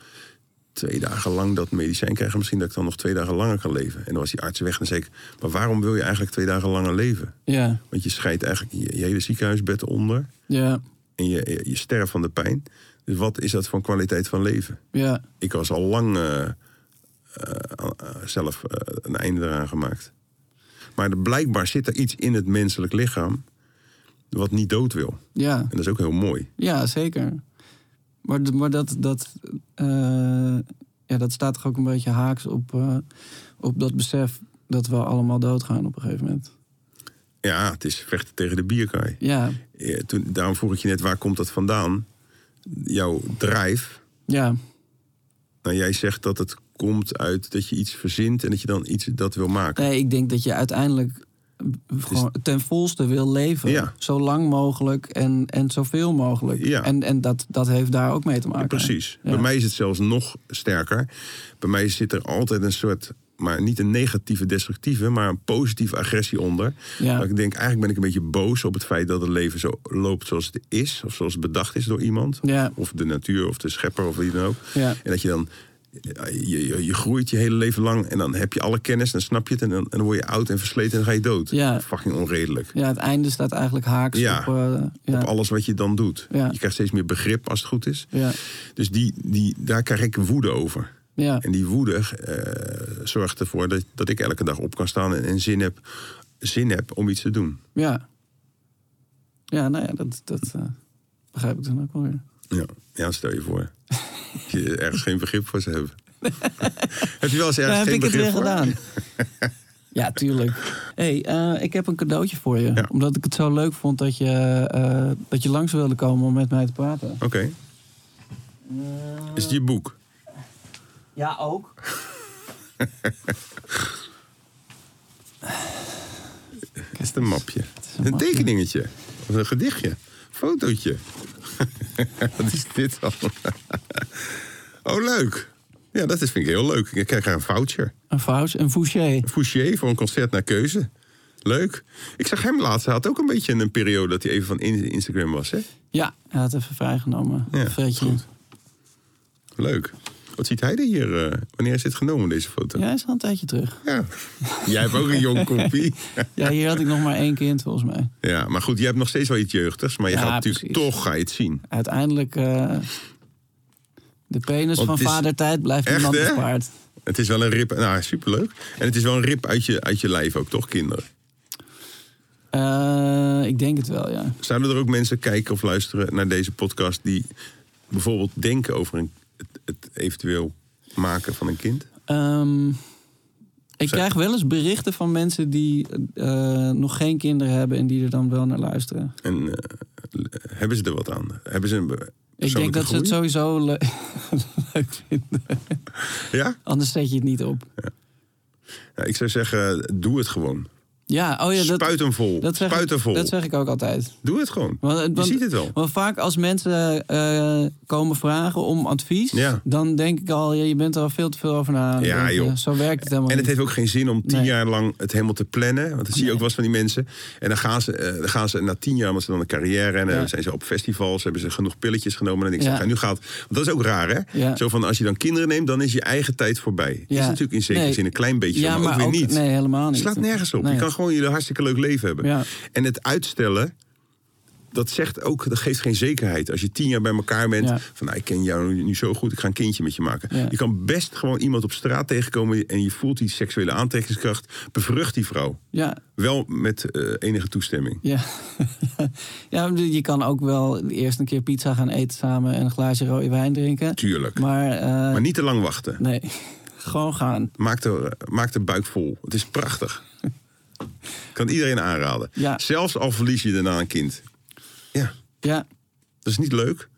Speaker 3: twee dagen lang dat medicijn krijgen? Misschien dat ik dan nog twee dagen langer kan leven. En dan was die arts weg en dan zei ik... maar waarom wil je eigenlijk twee dagen langer leven?
Speaker 4: ja,
Speaker 3: Want je scheidt eigenlijk je, je hele ziekenhuisbed onder...
Speaker 4: ja,
Speaker 3: en je, je, je sterft van de pijn. Dus wat is dat voor een kwaliteit van leven?
Speaker 4: ja,
Speaker 3: ik was al lang eh, eh, eh, zelf eh, een einde eraan gemaakt. Maar er- blijkbaar zit er iets in het menselijk lichaam wat niet dood wil.
Speaker 4: ja,
Speaker 3: En dat is ook heel mooi.
Speaker 4: ja, zeker. Maar, d- maar dat, dat, eh, ja, dat staat toch ook een beetje haaks op, eh, op dat besef dat we allemaal doodgaan op een gegeven moment.
Speaker 3: Ja, het is vechten tegen de bierkaai.
Speaker 4: Ja,
Speaker 3: Eh, toen, daarom vroeg ik je net, waar komt dat vandaan? Jouw drijf.
Speaker 4: ja,
Speaker 3: Nou, jij zegt dat het komt uit dat je iets verzint en dat je dan iets dat wil maken.
Speaker 4: Nee, ik denk dat je uiteindelijk gewoon ten volste wil leven.
Speaker 3: Ja.
Speaker 4: Zo lang mogelijk en, en zoveel mogelijk.
Speaker 3: Ja.
Speaker 4: En, en dat, dat heeft daar ook mee te maken.
Speaker 3: Precies.
Speaker 4: Ja.
Speaker 3: Bij mij is het zelfs nog sterker. Bij mij zit er altijd een soort, maar niet een negatieve, destructieve, maar een positieve agressie onder.
Speaker 4: Ja.
Speaker 3: Dat ik denk, eigenlijk ben ik een beetje boos op het feit dat het leven zo loopt zoals het is, of zoals het bedacht is door iemand.
Speaker 4: Ja.
Speaker 3: Of de natuur, of de schepper, of wie dan ook.
Speaker 4: Ja.
Speaker 3: En dat je dan. eh, Je, je, je groeit je hele leven lang en dan heb je alle kennis, dan snap je het en dan, en dan word je oud en versleten en dan ga je dood.
Speaker 4: Ja.
Speaker 3: Fucking onredelijk.
Speaker 4: Ja, het einde staat eigenlijk haaks
Speaker 3: Ja.
Speaker 4: op... eh, ja.
Speaker 3: Op alles wat je dan doet.
Speaker 4: Ja.
Speaker 3: Je krijgt steeds meer begrip als het goed is.
Speaker 4: ja.
Speaker 3: Dus die, die, daar krijg ik woede over.
Speaker 4: Ja.
Speaker 3: En die woede eh, zorgt ervoor dat, dat ik elke dag op kan staan en, en zin, heb, zin heb om iets te doen.
Speaker 4: ja. Ja, nou ja, dat, dat eh, begrijp ik dan ook wel weer.
Speaker 3: Ja, ja stel je
Speaker 4: *laughs*
Speaker 3: voor. dat je ergens geen begrip voor zou hebben. heb je wel eens ergens
Speaker 4: Daar heb
Speaker 3: geen
Speaker 4: ik het
Speaker 3: begrip
Speaker 4: weer
Speaker 3: voor?
Speaker 4: gedaan.
Speaker 3: *laughs*
Speaker 4: Ja, tuurlijk. hey, eh, ik heb een cadeautje voor je.
Speaker 3: Ja.
Speaker 4: Omdat ik het zo leuk vond dat je, eh, dat je langs wilde komen om met mij te praten.
Speaker 3: Oké. Is het je boek?
Speaker 4: Ja, ook.
Speaker 3: Is het een mapje?
Speaker 4: is
Speaker 3: een,
Speaker 4: een mapje.
Speaker 3: tekeningetje? Of een gedichtje? Fotootje? *laughs* Wat is dit dan? oh, leuk. Ja, dat is, vind ik heel leuk. Ik krijg een voucher.
Speaker 4: Een vouch, een Fouché.
Speaker 3: Fouché voor een concert naar keuze. Leuk. Ik zag hem laatst. Hij had ook een beetje een periode dat hij even van in- Instagram was. Hè?
Speaker 4: Ja, hij had even vrijgenomen.
Speaker 3: Ja,
Speaker 4: Fredje.
Speaker 3: goed. Leuk. Wat ziet hij er hier? eh, wanneer is dit genomen, deze foto?
Speaker 4: Ja, hij is al een tijdje terug.
Speaker 3: Ja. Jij hebt ook een jong
Speaker 4: *laughs*
Speaker 3: kopie.
Speaker 4: Ja, hier had ik nog maar één kind volgens mij.
Speaker 3: Ja, maar goed, je hebt nog steeds wel iets jeugdigs. Maar je
Speaker 4: Ja,
Speaker 3: gaat natuurlijk
Speaker 4: precies.
Speaker 3: toch ga je het zien.
Speaker 4: Uiteindelijk eh, De penis
Speaker 3: Want
Speaker 4: van
Speaker 3: het is-
Speaker 4: vadertijd blijft
Speaker 3: Echt,
Speaker 4: niemand
Speaker 3: hè?
Speaker 4: bespaard.
Speaker 3: Het is wel een rip. Nou, superleuk. En het is wel een rip uit je, uit je lijf ook, toch, kinderen?
Speaker 4: Eh, ik denk het wel, ja.
Speaker 3: Zouden er ook mensen kijken of luisteren naar deze podcast die bijvoorbeeld denken over een, het, het eventueel maken van een kind?
Speaker 4: Ehm, ik
Speaker 3: Zeg-
Speaker 4: krijg wel eens berichten van mensen die eh, nog geen kinderen hebben en die er dan wel naar luisteren.
Speaker 3: En eh, hebben ze er wat aan? Hebben ze een be-
Speaker 4: Ik
Speaker 3: persoonlijke
Speaker 4: denk dat ze het
Speaker 3: groei?
Speaker 4: sowieso le- *laughs* leuk vinden.
Speaker 3: Ja?
Speaker 4: Anders zet je het niet op.
Speaker 3: Ja, Ik zou zeggen, doe het gewoon.
Speaker 4: Ja, oh ja, dat,
Speaker 3: Spuit hem vol.
Speaker 4: dat, zeg,
Speaker 3: Spuit hem
Speaker 4: ik,
Speaker 3: vol.
Speaker 4: dat zeg ik ook altijd.
Speaker 3: Doe het gewoon.
Speaker 4: Want,
Speaker 3: Je
Speaker 4: want-
Speaker 3: ziet het wel.
Speaker 4: Want vaak als mensen eh, komen vragen om advies,
Speaker 3: Ja.
Speaker 4: dan denk ik al, ja, je bent er al veel te veel over na. aan het
Speaker 3: Ja,
Speaker 4: denken.
Speaker 3: joh.
Speaker 4: Zo werkt het helemaal
Speaker 3: En het
Speaker 4: niet.
Speaker 3: heeft ook geen zin om tien
Speaker 4: Nee.
Speaker 3: jaar lang het helemaal te plannen. Want dat zie je ook wel eens van die mensen. En dan gaan ze, eh, dan gaan ze na tien jaar, want ze dan een carrière en dan
Speaker 4: Ja.
Speaker 3: zijn ze op festivals, hebben ze genoeg pilletjes genomen. En ik zeg,
Speaker 4: Ja.
Speaker 3: nu gaat. Want dat is ook raar, hè?
Speaker 4: Ja.
Speaker 3: Zo van als je dan kinderen neemt, dan is je eigen tijd voorbij.
Speaker 4: Ja.
Speaker 3: Is natuurlijk in zekere
Speaker 4: Nee.
Speaker 3: zin een klein beetje, zo,
Speaker 4: ja,
Speaker 3: maar, ook weer niet.
Speaker 4: Nee, helemaal
Speaker 3: Het
Speaker 4: niet.
Speaker 3: slaat nergens op. Je
Speaker 4: Nee.
Speaker 3: kan gewoon je hartstikke leuk leven hebben.
Speaker 4: Ja.
Speaker 3: En het uitstellen. Dat zegt ook, dat geeft geen zekerheid. Als je tien jaar bij elkaar bent,
Speaker 4: Ja.
Speaker 3: van nou, ik ken jou nu zo goed, ik ga een kindje met je maken.
Speaker 4: Ja.
Speaker 3: Je kan best gewoon iemand op straat tegenkomen en je voelt die seksuele aantrekkingskracht. Bevrucht die vrouw.
Speaker 4: Ja,
Speaker 3: Wel met eh, enige toestemming.
Speaker 4: ja. *laughs* ja, je kan ook wel eerst een keer pizza gaan eten samen en een glaasje rode wijn drinken.
Speaker 3: Tuurlijk. Maar,
Speaker 4: Maar, eh,
Speaker 3: niet te lang wachten.
Speaker 4: nee, gewoon gaan.
Speaker 3: Maak de, maak de buik vol. Het is
Speaker 4: *laughs*
Speaker 3: prachtig. kan iedereen aanraden.
Speaker 4: Ja.
Speaker 3: Zelfs al verlies je daarna een kind. Ja,
Speaker 4: Ja,
Speaker 3: dat is niet leuk,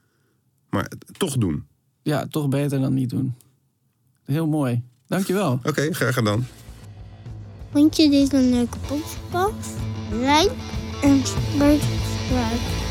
Speaker 3: maar toch doen.
Speaker 4: ja, toch beter dan niet doen. Heel mooi. Dankjewel.
Speaker 3: Oké, graag gedaan.
Speaker 2: Vond je dit een leuke podcast? Like en subscribe.